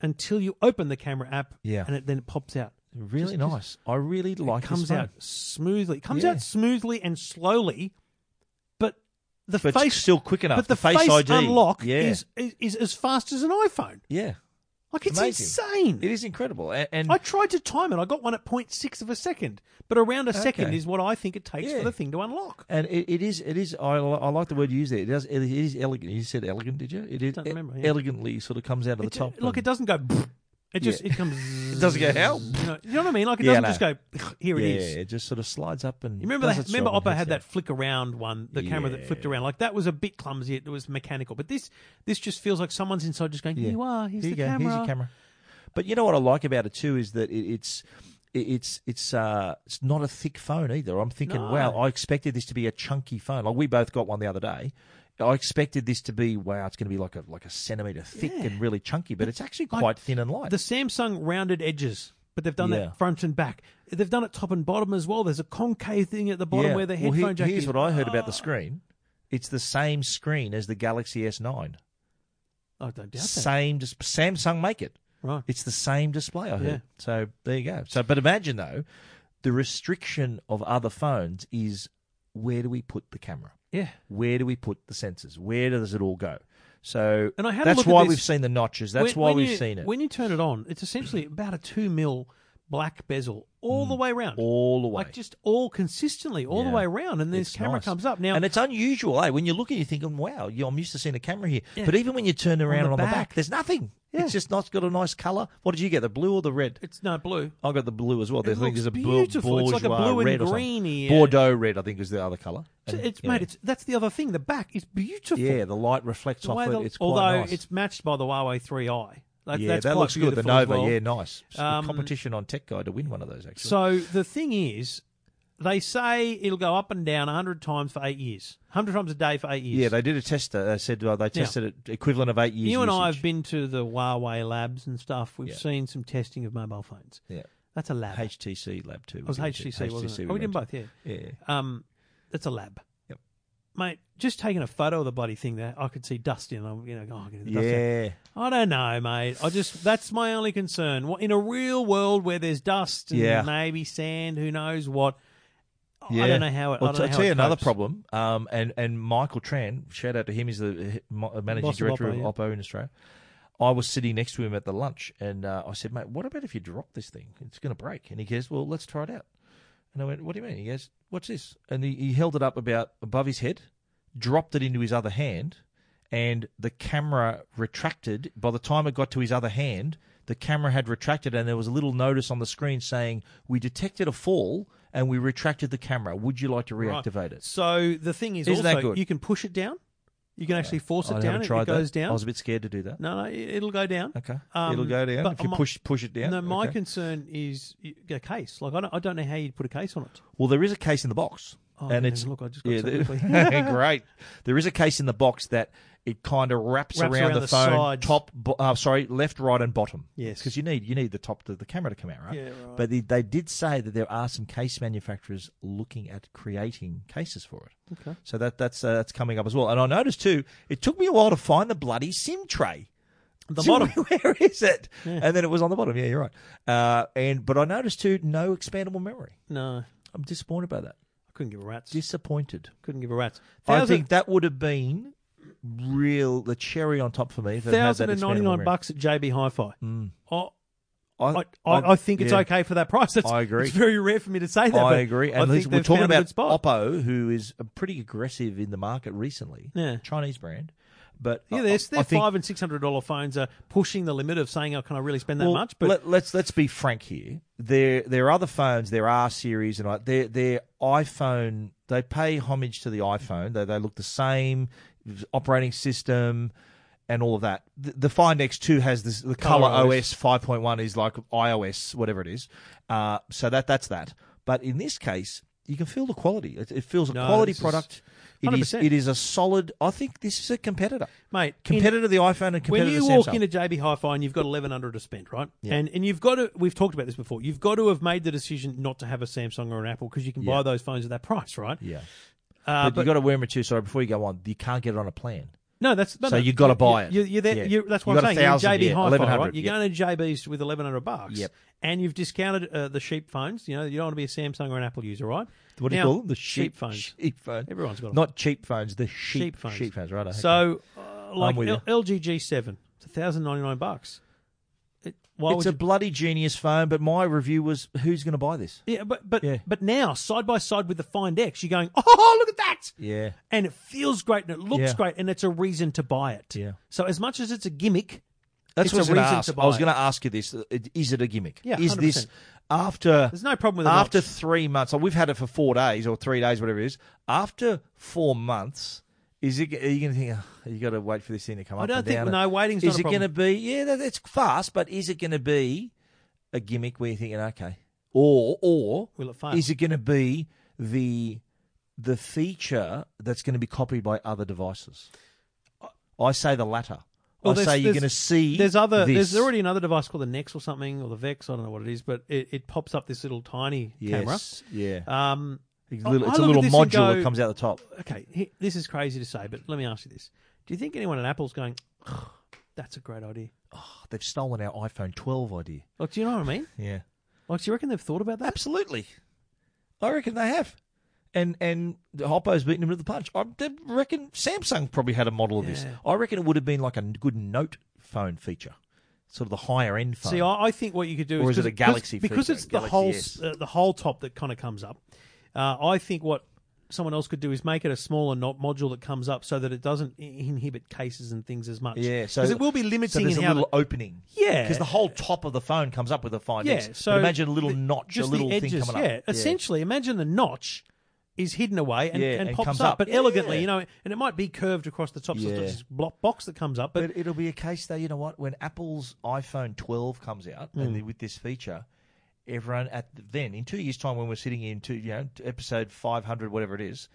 Speaker 1: until you open the camera app,
Speaker 2: Yeah.
Speaker 1: and it, then it pops out.
Speaker 2: really nice. I really like this
Speaker 1: comes
Speaker 2: phone.
Speaker 1: out smoothly. It comes
Speaker 2: Yeah.
Speaker 1: out smoothly and slowly, but the
Speaker 2: But it's
Speaker 1: face
Speaker 2: still quick enough.
Speaker 1: But the,
Speaker 2: The Face ID.
Speaker 1: unlock
Speaker 2: Yeah.
Speaker 1: is, is is as fast as an iPhone.
Speaker 2: Yeah,
Speaker 1: Like it's
Speaker 2: Amazing.
Speaker 1: insane.
Speaker 2: it is incredible. And, and
Speaker 1: I tried to time it. I got one at 0.6 of a second, but around a second
Speaker 2: Okay.
Speaker 1: is what I think it takes
Speaker 2: Yeah.
Speaker 1: for the thing to unlock.
Speaker 2: And it, it is, it is. I, li- I like the word you used there. It does. It is elegant. You said elegant, did you? It is
Speaker 1: Don't
Speaker 2: e-
Speaker 1: remember, yeah.
Speaker 2: elegantly. Sort of comes out of the
Speaker 1: It-
Speaker 2: top.
Speaker 1: look, it
Speaker 2: and-
Speaker 1: doesn't go. It just
Speaker 2: Yeah.
Speaker 1: it comes.
Speaker 2: It doesn't go help.
Speaker 1: You know, you know what I mean? Like it
Speaker 2: Yeah,
Speaker 1: doesn't
Speaker 2: I
Speaker 1: just
Speaker 2: know.
Speaker 1: go. Here it
Speaker 2: yeah,
Speaker 1: is.
Speaker 2: it just sort of slides up and.
Speaker 1: You remember
Speaker 2: does
Speaker 1: that?
Speaker 2: its
Speaker 1: Remember
Speaker 2: job and
Speaker 1: Oppo
Speaker 2: heads
Speaker 1: had
Speaker 2: out.
Speaker 1: that flick around one, the camera that flipped around. Like that was a bit clumsy. It was mechanical, but this this just feels like someone's inside, just going, "Here you are. Here's
Speaker 2: Here
Speaker 1: the
Speaker 2: you go.
Speaker 1: camera.
Speaker 2: Here's your camera. But you know what I like about it too is that it, it's it, it's it's uh it's not a thick phone either. I'm thinking,
Speaker 1: No.
Speaker 2: wow, I expected this to be a chunky phone. Like we both got one the other day. I expected this to be wow, it's going to be like a like a centimeter thick and really chunky, but it's actually quite thin and light.
Speaker 1: The Samsung rounded edges, but they've done
Speaker 2: Yeah.
Speaker 1: that front and back. They've done it top and bottom as well. There's a concave thing at the bottom
Speaker 2: Yeah.
Speaker 1: where the
Speaker 2: Well,
Speaker 1: headphone
Speaker 2: he-
Speaker 1: jack
Speaker 2: Here's
Speaker 1: is. Ah.
Speaker 2: what I heard about the screen. It's the same screen as the Galaxy S9.
Speaker 1: I don't doubt that.
Speaker 2: Same, dis- Samsung make it.
Speaker 1: Right.
Speaker 2: It's the same display, I heard.
Speaker 1: Yeah.
Speaker 2: So there you go. So, but imagine though, the restriction of other phones is where do we put the camera?
Speaker 1: Yeah.
Speaker 2: Where do we put the sensors? Where does it all go? So
Speaker 1: And I had a
Speaker 2: that's
Speaker 1: look at
Speaker 2: why
Speaker 1: this-
Speaker 2: we've seen the notches. That's
Speaker 1: When-
Speaker 2: why
Speaker 1: when
Speaker 2: we've
Speaker 1: you-
Speaker 2: seen it
Speaker 1: When you turn it on, it's essentially about a two mil black bezel all the way around.
Speaker 2: Mm. all the way.
Speaker 1: Like just all consistently, all the
Speaker 2: Yeah.
Speaker 1: way around, and this
Speaker 2: It's
Speaker 1: camera
Speaker 2: nice.
Speaker 1: comes up now.
Speaker 2: and it's unusual, eh? When you look at it, you're thinking, wow, yeah, I'm used to seeing a camera here.
Speaker 1: Yeah.
Speaker 2: But even when you turn
Speaker 1: the
Speaker 2: around and on the
Speaker 1: back.
Speaker 2: back, there's nothing.
Speaker 1: Yeah.
Speaker 2: It's just not got a nice colour. What did you get, the blue or the red?
Speaker 1: it's no blue.
Speaker 2: I got the blue as well.
Speaker 1: It
Speaker 2: I think
Speaker 1: looks
Speaker 2: there's a blue
Speaker 1: beautiful. It's like a
Speaker 2: bourgeois
Speaker 1: blue and
Speaker 2: red or something.
Speaker 1: greeny, uh,
Speaker 2: Bordeaux red, I think, is the other colour.
Speaker 1: It's,
Speaker 2: And,
Speaker 1: it's
Speaker 2: yeah.
Speaker 1: mate. It's that's the other thing. The back is beautiful.
Speaker 2: yeah, the light reflects
Speaker 1: The
Speaker 2: off
Speaker 1: way
Speaker 2: it.
Speaker 1: the-
Speaker 2: It's quite
Speaker 1: although
Speaker 2: nice.
Speaker 1: it's matched by the Huawei 3i. That,
Speaker 2: yeah,
Speaker 1: that's
Speaker 2: that
Speaker 1: quite
Speaker 2: looks good. The
Speaker 1: beautiful as
Speaker 2: Nova,
Speaker 1: well.
Speaker 2: yeah, nice. It's a
Speaker 1: Um,
Speaker 2: competition on Tech Guy to win one of those actually.
Speaker 1: So the thing is, they say it'll go up and down 100 times for eight years, 100 times a day for eight years.
Speaker 2: yeah, they did a test. uh, They said uh, they tested it equivalent of eight years.
Speaker 1: you and I have
Speaker 2: usage.
Speaker 1: been to the Huawei labs and stuff. We've
Speaker 2: Yeah.
Speaker 1: seen some testing of mobile phones.
Speaker 2: Yeah.
Speaker 1: That's a lab.
Speaker 2: HTC Lab too.
Speaker 1: it was HTC, wasn't it? Oh, we did both, yeah.
Speaker 2: Yeah.
Speaker 1: Um, that's a lab.
Speaker 2: Yep.
Speaker 1: Mate, just taking a photo of the bloody thing there, I could see dust in. I'm, you know, oh, I can see the dust in.
Speaker 2: Yeah.
Speaker 1: I don't know, mate. I just that's my only concern. What in a real world where there's dust and
Speaker 2: Yeah.
Speaker 1: maybe sand, who knows what?
Speaker 2: Yeah.
Speaker 1: I don't know how it.
Speaker 2: Well,
Speaker 1: I don't know
Speaker 2: I'll
Speaker 1: how
Speaker 2: tell you
Speaker 1: it
Speaker 2: another
Speaker 1: copes.
Speaker 2: problem. Um, and and Michael Tran, shout out to him. He's the uh, mo- managing
Speaker 1: Boss of
Speaker 2: director of
Speaker 1: Oppo,
Speaker 2: Oppo, in Australia. I was sitting next to him at the lunch, and uh, I said, "Mate, what about if you drop this thing? It's going to break." And he goes, "Well, let's try it out." And I went, "What do you mean?" He goes, "What's this?" And he, he held it up about above his head, dropped it into his other hand, and the camera retracted. By the time it got to his other hand, the camera had retracted, and there was a little notice on the screen saying, "We detected a fall." And we retracted the camera. Would you like to
Speaker 1: Right.
Speaker 2: reactivate it?
Speaker 1: So the thing is,
Speaker 2: Isn't that
Speaker 1: also
Speaker 2: good?
Speaker 1: you can push it down. You can actually force it
Speaker 2: I
Speaker 1: down.
Speaker 2: haven't
Speaker 1: It,
Speaker 2: tried
Speaker 1: it goes
Speaker 2: that.
Speaker 1: down.
Speaker 2: I was a bit scared to do that.
Speaker 1: No, no, it- it'll go down.
Speaker 2: Okay,
Speaker 1: Um,
Speaker 2: it'll go down
Speaker 1: but
Speaker 2: if you
Speaker 1: my-
Speaker 2: push push it down.
Speaker 1: No, my
Speaker 2: okay.
Speaker 1: concern is y- a case. Like I don't, I don't know how you'd put a case on it.
Speaker 2: Well, there is a case in the box,
Speaker 1: Oh,
Speaker 2: and
Speaker 1: yeah,
Speaker 2: it's
Speaker 1: look, I just got so
Speaker 2: there-
Speaker 1: quickly.
Speaker 2: great. There is a case in the box that it kind of wraps,
Speaker 1: Wraps around
Speaker 2: around, the,
Speaker 1: the
Speaker 2: phone,
Speaker 1: sides.
Speaker 2: top, bo- uh, sorry, left, right, and bottom.
Speaker 1: Yes.
Speaker 2: because you need you need the top to the camera to come out, right?
Speaker 1: Yeah, right.
Speaker 2: But they, they did say that there are some case manufacturers looking at creating cases for it.
Speaker 1: Okay.
Speaker 2: So that that's uh, that's coming up as well. And I noticed too, it took me a while to find the bloody SIM tray.
Speaker 1: The
Speaker 2: Jimmy,
Speaker 1: bottom.
Speaker 2: Where is it? And then it was on the bottom. Yeah, you're right. Uh, and but I noticed too, no expandable memory.
Speaker 1: No, I
Speaker 2: I'm disappointed by that.
Speaker 1: couldn't give a rat's.
Speaker 2: Disappointed.
Speaker 1: couldn't give a rat's.
Speaker 2: I think that would have been real the cherry on top for me. If it had
Speaker 1: thousand
Speaker 2: that Mm.
Speaker 1: and
Speaker 2: expandable
Speaker 1: ninety nine
Speaker 2: memory.
Speaker 1: bucks at JB Hi-Fi. I, I,
Speaker 2: I,
Speaker 1: I, I think it's
Speaker 2: yeah,
Speaker 1: okay for that price. It's,
Speaker 2: I agree.
Speaker 1: It's very rare for me to say that.
Speaker 2: I
Speaker 1: but
Speaker 2: agree.
Speaker 1: I
Speaker 2: And
Speaker 1: think
Speaker 2: listen, we're
Speaker 1: they've
Speaker 2: talking
Speaker 1: found a
Speaker 2: about
Speaker 1: good spot.
Speaker 2: Oppo, who is a pretty aggressive in the market recently.
Speaker 1: Yeah.
Speaker 2: Chinese brand. But I-
Speaker 1: Yeah, their,
Speaker 2: I
Speaker 1: their
Speaker 2: think-
Speaker 1: five and six hundred dollar phones are pushing the limit of saying, "Oh, can I really spend that
Speaker 2: Well,
Speaker 1: much?" But
Speaker 2: let, let's let's be frank here. There there are other phones. There are series and I- their their iPhone. They pay homage to the iPhone. They they look the same, operating system, and all of that. The, the Find X2 has this the
Speaker 1: Colour
Speaker 2: color,
Speaker 1: OS.
Speaker 2: OS 5.1 is like iOS whatever it is. Uh, so that that's that. But in this case, you can feel the quality. It, it feels a
Speaker 1: No,
Speaker 2: quality
Speaker 1: this is
Speaker 2: product. It is
Speaker 1: 100%.
Speaker 2: it is a solid. I think this is a competitor.
Speaker 1: mate, in-
Speaker 2: Competitor to the iPhone and competitor
Speaker 1: when you
Speaker 2: to
Speaker 1: walk
Speaker 2: Samsung.
Speaker 1: into JB Hi-Fi and you've got eleven hundred to spend, right? And and you've got to. We've talked about this before. You've got to have made the decision not to have a Samsung or an Apple because you can buy
Speaker 2: Yeah.
Speaker 1: those phones at that price, right?
Speaker 2: yeah.
Speaker 1: Uh,
Speaker 2: but, you got to remember too. Sorry, before you go on, you can't get it on a plan.
Speaker 1: No, that's no,
Speaker 2: So
Speaker 1: no,
Speaker 2: you gotta buy it.
Speaker 1: You, you're there,
Speaker 2: Yeah.
Speaker 1: you that's
Speaker 2: You
Speaker 1: what
Speaker 2: got
Speaker 1: I'm saying.
Speaker 2: a
Speaker 1: You're in
Speaker 2: thousand,
Speaker 1: JB
Speaker 2: yeah,
Speaker 1: Hi-Fi,
Speaker 2: 1100,
Speaker 1: right? You're
Speaker 2: yeah.
Speaker 1: going to JB's with eleven hundred bucks.
Speaker 2: Yep.
Speaker 1: And you've discounted uh, the sheep phones. You know, you don't want to be a Samsung or an Apple user, right?
Speaker 2: What do
Speaker 1: Now,
Speaker 2: you call them? The
Speaker 1: sheep
Speaker 2: sheep,
Speaker 1: phones?
Speaker 2: Sheep phones.
Speaker 1: Everyone's got 'em.
Speaker 2: Not cheap phones. The sheep,
Speaker 1: Sheep phones.
Speaker 2: Sheep phones. Right. okay.
Speaker 1: So, uh, like
Speaker 2: with
Speaker 1: L- LG G7, it's thousand ninety nine bucks. It, why
Speaker 2: it's
Speaker 1: would
Speaker 2: a
Speaker 1: you-
Speaker 2: bloody genius phone. But my review was, who's going to buy this?
Speaker 1: yeah, but but
Speaker 2: Yeah.
Speaker 1: but now side by side with the Find X, you're going, oh look at that,
Speaker 2: Yeah.
Speaker 1: and it feels great and it looks
Speaker 2: Yeah.
Speaker 1: great and it's a reason to buy it.
Speaker 2: Yeah.
Speaker 1: So as much as it's a gimmick,
Speaker 2: That's
Speaker 1: It's
Speaker 2: what I was
Speaker 1: a
Speaker 2: going to
Speaker 1: reason
Speaker 2: ask.
Speaker 1: to
Speaker 2: I was
Speaker 1: buy.
Speaker 2: going to ask you this: It- Is it a gimmick?
Speaker 1: Yeah,
Speaker 2: is this
Speaker 1: 100%.
Speaker 2: after?
Speaker 1: There's no problem with a
Speaker 2: after
Speaker 1: notch.
Speaker 2: three months. Like we've had it for four days or three days, whatever it is. After four months, is it? Are you going to think? Oh, you got to wait for this thing to come
Speaker 1: I
Speaker 2: up?
Speaker 1: don't
Speaker 2: and
Speaker 1: think-
Speaker 2: down
Speaker 1: no, waiting's
Speaker 2: Is
Speaker 1: not a
Speaker 2: it going to
Speaker 1: problem.
Speaker 2: be? Yeah, that, it's fast, but is it going to be a gimmick where you're thinking, okay, or or
Speaker 1: Will it fail?
Speaker 2: Is it going to be the the feature that's going to be copied by other devices? I say the latter.
Speaker 1: Well,
Speaker 2: I
Speaker 1: there's-
Speaker 2: say you're
Speaker 1: there's-
Speaker 2: going to see.
Speaker 1: There's other.
Speaker 2: This.
Speaker 1: There's already another device called the Nex or something or the Vex. I don't know what it is, but it, it pops up this little tiny
Speaker 2: yes, yeah.
Speaker 1: camera. Um,
Speaker 2: It's
Speaker 1: I-
Speaker 2: a little,
Speaker 1: I
Speaker 2: it's a
Speaker 1: look at
Speaker 2: little
Speaker 1: this and
Speaker 2: module that
Speaker 1: go-
Speaker 2: comes out the top.
Speaker 1: okay, he- this is crazy to say, but let me ask you this: Do you think anyone at Apple's going? "Ugh, That's a great idea.
Speaker 2: They've stolen our iPhone 12 idea.
Speaker 1: Like, do you know what I mean?
Speaker 2: Yeah,
Speaker 1: Like, do you reckon they've thought about that?
Speaker 2: absolutely. I reckon they have, and and the Hoppo's beaten them to the punch. I d- reckon Samsung probably had a model of this.
Speaker 1: Yeah.
Speaker 2: I reckon it would have been like a good note phone feature, sort of the higher end phone.
Speaker 1: See, I, I think what you could do
Speaker 2: Or
Speaker 1: is,
Speaker 2: is it a
Speaker 1: 'cause- 'cause-
Speaker 2: Galaxy
Speaker 1: because
Speaker 2: feature,
Speaker 1: it's the
Speaker 2: Galaxy
Speaker 1: whole
Speaker 2: S?
Speaker 1: uh, the whole top that kind of comes up. Uh, I think what someone else could do is make it a smaller not module that comes up so that it doesn't i- inhibit cases and things as much.
Speaker 2: yeah, so
Speaker 1: 'Cause it will be
Speaker 2: So
Speaker 1: limiting
Speaker 2: there's
Speaker 1: in
Speaker 2: a
Speaker 1: how
Speaker 2: little opening.
Speaker 1: Yeah.
Speaker 2: because the whole top of the phone comes up with a five
Speaker 1: Yeah,
Speaker 2: X.
Speaker 1: so
Speaker 2: but imagine a little
Speaker 1: the-
Speaker 2: notch, a
Speaker 1: just
Speaker 2: little
Speaker 1: the edges,
Speaker 2: thing coming
Speaker 1: yeah.
Speaker 2: up.
Speaker 1: essentially, imagine the notch is hidden away and,
Speaker 2: Yeah,
Speaker 1: and
Speaker 2: and
Speaker 1: pops
Speaker 2: comes
Speaker 1: up,
Speaker 2: up.
Speaker 1: but elegantly,
Speaker 2: Yeah.
Speaker 1: you know, and it might be curved across the top, so it's
Speaker 2: Yeah.
Speaker 1: not just a block box that comes up, but,
Speaker 2: But it'll be a case though, you know what? When Apple's iPhone 12 comes out and
Speaker 1: Hmm.
Speaker 2: the- with this feature, everyone at the, then in two years' time, when we're sitting in two, you know, episode 500, whatever it is,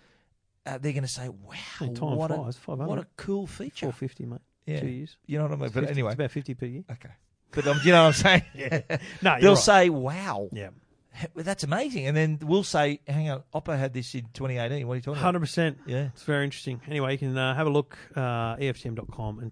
Speaker 2: uh, they're going to say, "Wow,
Speaker 1: Hey, time
Speaker 2: what,
Speaker 1: flies,
Speaker 2: a, what a
Speaker 1: 500.
Speaker 2: cool feature!"
Speaker 1: 450, mate.
Speaker 2: Yeah.
Speaker 1: Two years.
Speaker 2: You know what I mean? But
Speaker 1: 50
Speaker 2: anyway,
Speaker 1: It's about 50 per year.
Speaker 2: okay. But um, you know what I'm saying?
Speaker 1: No, you're
Speaker 2: They'll
Speaker 1: right.
Speaker 2: say, "Wow,
Speaker 1: Yeah.
Speaker 2: he- that's amazing," and then we'll say, "Hang on, Oppo had this in 2018. What are you talking about?"
Speaker 1: Hundred percent.
Speaker 2: Yeah.
Speaker 1: it's very interesting. Anyway, you can uh, have a look uh, EFTM.com and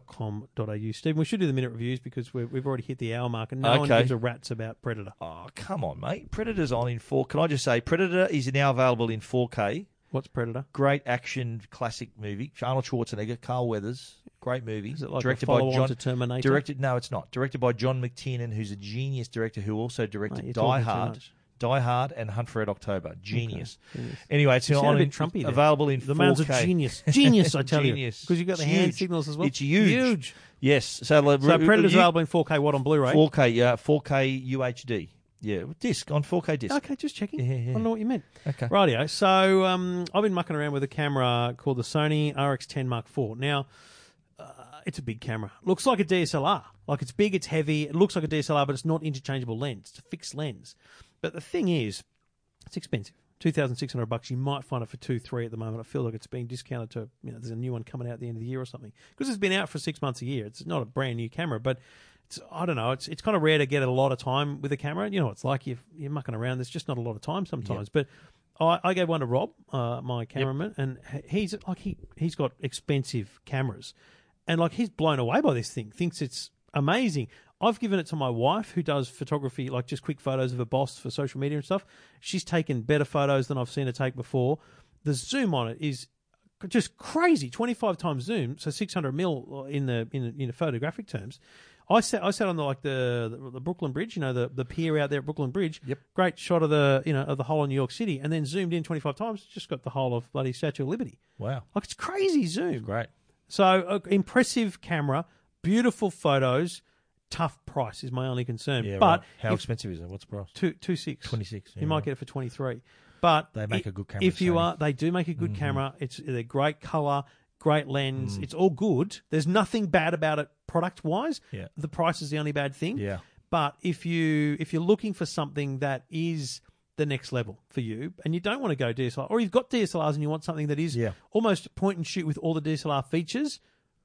Speaker 1: techguide.com.au. Stephen, we should do the minute reviews because we're, we've already hit the hour mark, and no one
Speaker 2: Okay.
Speaker 1: gives a rat's about Predator.
Speaker 2: Oh, come on, mate! Predator's on in four. Can I just say, Predator is now available in 4K.
Speaker 1: What's Predator?
Speaker 2: great action classic movie. Arnold Schwarzenegger, Carl Weathers, great movie.
Speaker 1: Is it like a follow-on to Terminator?
Speaker 2: Directed? No, it's not. Directed by John McTiernan, who's a genius director who also
Speaker 1: Mate,
Speaker 2: directed
Speaker 1: you're
Speaker 2: Die
Speaker 1: talking too
Speaker 2: Hard.
Speaker 1: much.
Speaker 2: Die Hard and Hunt for Red October. Genius. Anyway, it's
Speaker 1: You
Speaker 2: on
Speaker 1: sound a
Speaker 2: in,
Speaker 1: bit Trumpy. there.
Speaker 2: available in
Speaker 1: the
Speaker 2: 4K.
Speaker 1: man's a genius, genius. I tell
Speaker 2: Genius.
Speaker 1: you, because you've got the
Speaker 2: It's
Speaker 1: hand
Speaker 2: huge.
Speaker 1: signals as well.
Speaker 2: It's huge.
Speaker 1: huge.
Speaker 2: Yes. So, the-
Speaker 1: So Predator's
Speaker 2: you-
Speaker 1: available in 4K, what on Blu-ray?
Speaker 2: 4K, yeah, 4K UHD. Yeah, disc on 4K disc.
Speaker 1: Okay, just checking.
Speaker 2: Yeah, yeah.
Speaker 1: I don't know what you meant.
Speaker 2: Okay.
Speaker 1: Rightio. So um, I've been mucking around with a camera called the Sony RX10 Mark IV. Now, uh, it's a big camera. Looks like a DSLR. Like it's big, it's heavy. It looks like a DSLR, but it's not interchangeable lens. It's a fixed lens. But the thing is, it's expensive. Two thousand six hundred bucks. You might find it for two, three at the moment. I feel like it's being discounted to. You know, there's a new one coming out at the end of the year or something because it's been out for six months a year. It's not a brand new camera, but it's, I don't know. It's it's kind of rare to get a lot of time with a camera. You know, it's like you're you're mucking around. There's just not a lot of time sometimes. But I, I gave one to Rob, uh, my cameraman, and h- he's like he he's got expensive cameras, and like he's blown away by this thing. Thinks it's amazing. I've given it to my wife who does photography, like just quick photos of her boss for social media and stuff. She's taken better photos than I've seen her take before. The zoom on it is just crazy, twenty five times zoom, so six hundred mil in the in in photographic terms. I sat I sat on the like the the Brooklyn Bridge, you know the the pier out there at Brooklyn Bridge. Yep. Great shot of the you know of the whole of New York City, and then zoomed in twenty five times, just got the whole of bloody Statue of Liberty.
Speaker 2: Wow.
Speaker 1: Like it's crazy zoom.
Speaker 2: Great.
Speaker 1: So uh, impressive camera, beautiful photos, tough price is my only concern.
Speaker 2: Yeah,
Speaker 1: but
Speaker 2: right. How
Speaker 1: if
Speaker 2: expensive is it? What's the price?
Speaker 1: two two six
Speaker 2: 26, yeah,
Speaker 1: you might
Speaker 2: right.
Speaker 1: get it for twenty three. But
Speaker 2: They make
Speaker 1: i-
Speaker 2: a good camera, Mm-hmm.
Speaker 1: If you
Speaker 2: Sony.
Speaker 1: are, they do make a good camera. It's they're great color, great lens.
Speaker 2: Mm.
Speaker 1: It's all good. There's nothing bad about it product wise.
Speaker 2: Yeah.
Speaker 1: The price is the only bad thing.
Speaker 2: Yeah.
Speaker 1: But if you if you're looking for something that is the next level for you, and you don't want to go DSLR, or you've got DSLRs and you want something that is
Speaker 2: Yeah.
Speaker 1: almost point and shoot with all the DSLR features,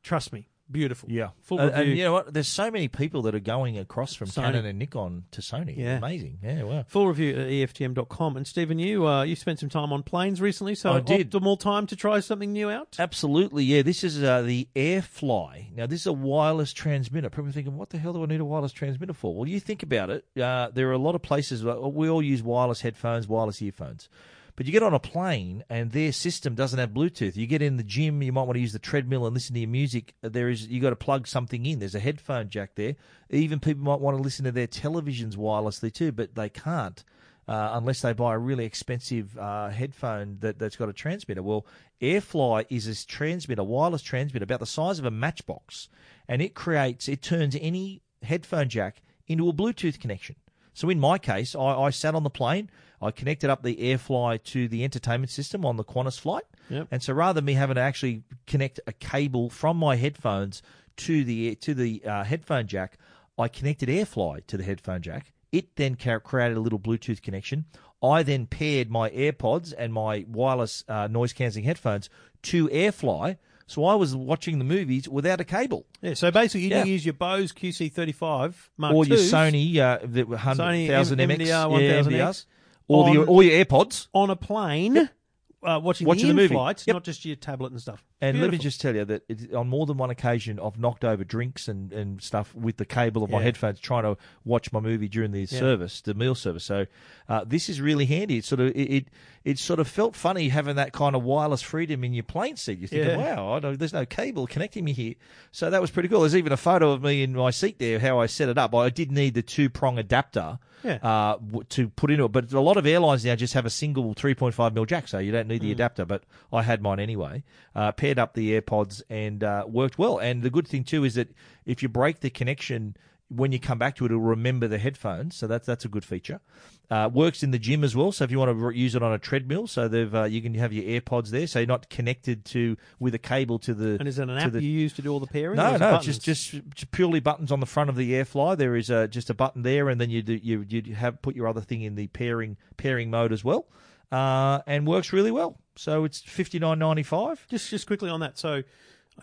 Speaker 1: trust me, beautiful.
Speaker 2: Yeah,
Speaker 1: full
Speaker 2: and,
Speaker 1: review.
Speaker 2: and you know what? There's so many people that are going across from
Speaker 1: Sony.
Speaker 2: Canon and Nikon to Sony.
Speaker 1: Yeah.
Speaker 2: amazing. Yeah, wow.
Speaker 1: Full review at E EFTM.com. And Stephen, you uh, you spent some time on planes recently, so
Speaker 2: I did.
Speaker 1: optimal time to try something new out.
Speaker 2: Absolutely, yeah. This is uh, the AirFly. Now, this is a wireless transmitter. People are thinking, what the hell do I need a wireless transmitter for? Well, you think about it. Uh, there are a lot of places like, we all use wireless headphones, wireless earphones. But you get on a plane and their system doesn't have Bluetooth. You get in the gym, you might want to use the treadmill and listen to your music. There is you got to plug something in. There's a headphone jack there. Even people might want to listen to their televisions wirelessly too, but they can't. uh, unless they buy a really expensive uh, headphone that, that's got a transmitter. Well, AirFly is a transmitter, wireless transmitter, about the size of a matchbox, and it creates, it turns any headphone jack into a Bluetooth connection. So in my case, I, I sat on the plane, I connected up the AirFly to the entertainment system on the Qantas flight,
Speaker 1: Yep.
Speaker 2: and so rather than me having to actually connect a cable from my headphones to the to the uh, headphone jack, I connected AirFly to the headphone jack. It then ca- created a little Bluetooth connection. I then paired my AirPods and my wireless uh, noise cancelling headphones to AirFly, so I was watching the movies without a cable
Speaker 1: Yeah, so basically you
Speaker 2: Yeah.
Speaker 1: do use your Bose QC35 Mark
Speaker 2: or your
Speaker 1: IIs
Speaker 2: Sony uh, the 100,000
Speaker 1: M-
Speaker 2: MX,
Speaker 1: MDR
Speaker 2: yeah,
Speaker 1: 1000X,
Speaker 2: MDRs, or the
Speaker 1: on-
Speaker 2: or your AirPods.
Speaker 1: on a plane uh, watching,
Speaker 2: Watching the
Speaker 1: the
Speaker 2: movie.
Speaker 1: flights,
Speaker 2: Yep.
Speaker 1: not just your tablet and stuff.
Speaker 2: And let me
Speaker 1: Beautiful.
Speaker 2: just tell you that it, on more than one occasion, I've knocked over drinks and, and stuff with the cable of my
Speaker 1: Yeah.
Speaker 2: headphones trying to watch my movie during the service, the meal service. So uh, this is really handy. It sort of it, it it sort of felt funny having that kind of wireless freedom in your plane seat. You're thinking,
Speaker 1: Yeah.
Speaker 2: wow, I don't, there's no cable connecting me here. So that was pretty cool. There's even a photo of me in my seat there, how I set it up. I did need the two prong adapter.
Speaker 1: Yeah.
Speaker 2: Uh, w- to put into it, but a lot of airlines now just have a single 3.5 mil jack, so you don't need the adapter. But I had mine anyway. Uh, paired up the AirPods and uh, worked well. And the good thing too is that if you break the connection when you come back to it, it'll remember the headphones. So that's that's a good feature. Uh, works in the gym as well. So if you want to re- use it on a treadmill, so they've uh, you can have your AirPods there, so you're not connected to with a cable to the.
Speaker 1: And is that an
Speaker 2: to
Speaker 1: app
Speaker 2: the-
Speaker 1: you use to do all the pairing? or
Speaker 2: no,
Speaker 1: is it
Speaker 2: no,
Speaker 1: buttons?
Speaker 2: just just just purely buttons on the front of the AirFly. There is a, just a button there, and then you do, you you have put your other thing in the pairing pairing mode as well, uh, and works really well. So it's fifty nine ninety five.
Speaker 1: just just quickly on that. So,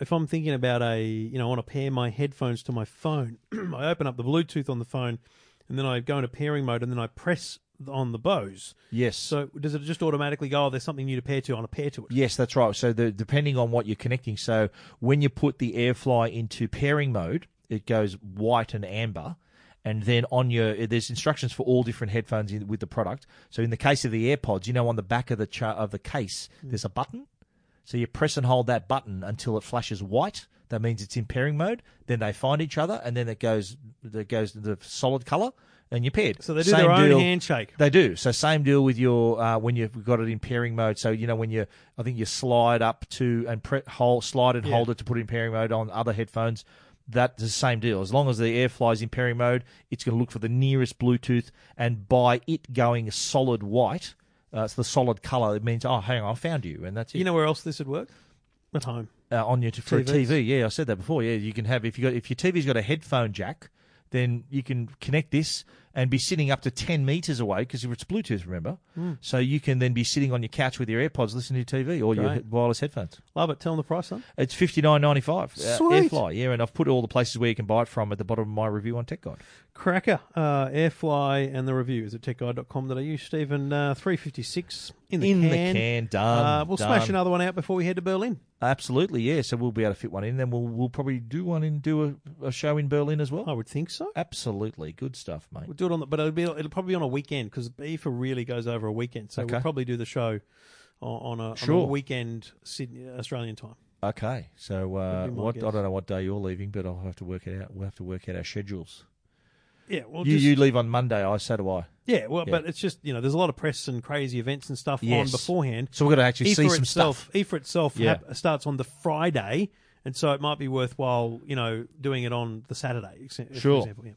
Speaker 1: if I'm thinking about a, you know, I want to pair my headphones to my phone, I open up the Bluetooth on the phone, and then I go into pairing mode, and then I press on the Bose.
Speaker 2: Yes.
Speaker 1: So does it just automatically go? Oh, there's something new to pair to. I want to pair to it.
Speaker 2: Yes, that's right. So the, depending on what you're connecting, so when you put the AirFly into pairing mode, it goes white and amber, and then on your there's instructions for all different headphones in, with the product. So in the case of the AirPods, you know on the back of the cha- of the case,
Speaker 1: Hmm.
Speaker 2: there's a button. So you press and hold that button until it flashes white. That means it's in pairing mode. Then they find each other, and then it goes it goes to the solid color, and you're paired.
Speaker 1: So they do
Speaker 2: Same
Speaker 1: their own
Speaker 2: deal-
Speaker 1: handshake.
Speaker 2: they do. So same deal with your uh, when you've got it in pairing mode. So you know when you, I think you slide up to and pre- hold, slide and hold it to put it in pairing mode on other headphones. That's the same deal. As long as the air flies in pairing mode, it's going to look for the nearest Bluetooth, and by it going solid white, uh, it's the solid color. It means oh, hang on, I found you, and that's it
Speaker 1: You know where else this would work? At home.
Speaker 2: uh, on your t- for a
Speaker 1: TVs.
Speaker 2: TV. Yeah, I said that before. Yeah, you can have if you got if your TV's got a headphone jack, then you can connect this and be sitting up to ten meters away because it's Bluetooth. Remember,
Speaker 1: Hmm.
Speaker 2: so you can then be sitting on your couch with your AirPods listening to TV or your
Speaker 1: Great.
Speaker 2: wireless headphones.
Speaker 1: Love it. Tell them the price, son.
Speaker 2: It's fifty nine ninety five.
Speaker 1: Sweet.
Speaker 2: Airfly, yeah, and I've put all the places where you can buy it from at the bottom of my review on Tech Guide.
Speaker 1: Cracker, uh, Airfly, and the review is at techguide.com.au. Stephen, uh, 356 in the
Speaker 2: In the
Speaker 1: can.
Speaker 2: can, done,
Speaker 1: Uh, we'll
Speaker 2: done.
Speaker 1: smash another one out before we head to Berlin.
Speaker 2: Absolutely, yeah. So we'll be able to fit one in. Then we'll we'll probably do one in do a, a show in Berlin as well.
Speaker 1: I would think so.
Speaker 2: Absolutely, good stuff, mate.
Speaker 1: We'll do it on the, but it'll be it'll probably be on a weekend because IFA really goes over a weekend. So
Speaker 2: Okay.
Speaker 1: we'll probably do the show on, on, a, on a
Speaker 2: Sure.
Speaker 1: weekend Sydney Australian time.
Speaker 2: Okay, so uh,
Speaker 1: That'd be my
Speaker 2: what, I
Speaker 1: guess.
Speaker 2: don't know what day you're leaving, but I'll have to work it out. We'll have to work out our schedules.
Speaker 1: Yeah, well,
Speaker 2: you
Speaker 1: just,
Speaker 2: you leave on Monday, I so do I.
Speaker 1: yeah, well,
Speaker 2: yeah.
Speaker 1: but it's just you know there's a lot of press and crazy events and stuff
Speaker 2: Yes.
Speaker 1: on beforehand.
Speaker 2: So we've got to actually see some
Speaker 1: E itself,
Speaker 2: stuff.
Speaker 1: IFA itself
Speaker 2: Yeah.
Speaker 1: hap- starts on the Friday, and so it might be worthwhile, you know, doing it on the Saturday. ex- For
Speaker 2: Sure.
Speaker 1: example, yeah.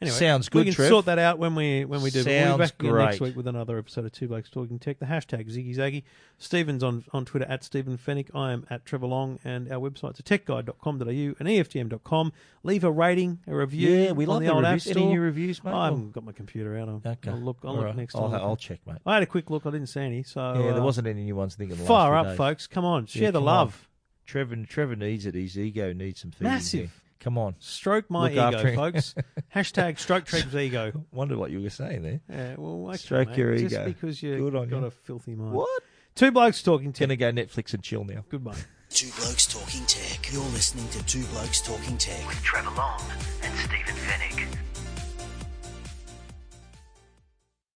Speaker 1: Anyway,
Speaker 2: Sounds
Speaker 1: We
Speaker 2: good,
Speaker 1: can
Speaker 2: Trev.
Speaker 1: sort that out when we when we do. but we'll
Speaker 2: Sounds
Speaker 1: be back again next
Speaker 2: great.
Speaker 1: week with another episode of Two Blokes Talking Tech. The hashtag Ziggy Zaggy. Stephen's on on Twitter at Stephen Fennick. I am at Trevor Long, and our websites are techguide.com.au and E eftm.com. Leave a rating, a review.
Speaker 2: Yeah, we
Speaker 1: on
Speaker 2: love
Speaker 1: the
Speaker 2: the
Speaker 1: old
Speaker 2: reviews.
Speaker 1: App
Speaker 2: Any
Speaker 1: Store.
Speaker 2: new reviews, mate?
Speaker 1: I haven't got my computer out. I'll,
Speaker 2: Okay,
Speaker 1: I'll look. I'll
Speaker 2: All
Speaker 1: look
Speaker 2: right.
Speaker 1: next
Speaker 2: I'll,
Speaker 1: time.
Speaker 2: I'll check, mate.
Speaker 1: I had a quick look. I didn't see any. So
Speaker 2: yeah, there
Speaker 1: uh,
Speaker 2: wasn't any new ones. I think in the
Speaker 1: Fire
Speaker 2: last
Speaker 1: up,
Speaker 2: few days.
Speaker 1: folks. Come on. Share
Speaker 2: Yeah,
Speaker 1: the
Speaker 2: come
Speaker 1: love.
Speaker 2: Trevor Trevor needs it. His ego needs some feeding.
Speaker 1: Massive.
Speaker 2: here. Come on.
Speaker 1: Stroke my
Speaker 2: Look after
Speaker 1: ego,
Speaker 2: him.
Speaker 1: folks. Hashtag stroke Trev's ego.
Speaker 2: Wonder what you were saying there.
Speaker 1: Yeah, well, okay,
Speaker 2: Stroke
Speaker 1: mate.
Speaker 2: your
Speaker 1: Just
Speaker 2: ego.
Speaker 1: because you
Speaker 2: Good
Speaker 1: got
Speaker 2: on you.
Speaker 1: a filthy mind.
Speaker 2: What?
Speaker 1: Two blokes talking to
Speaker 2: Gonna go Netflix and chill now.
Speaker 1: Goodbye.
Speaker 3: Two Blokes Talking Tech. You're listening to Two Blokes Talking Tech.
Speaker 4: Trevor Long and Stephen Finnick.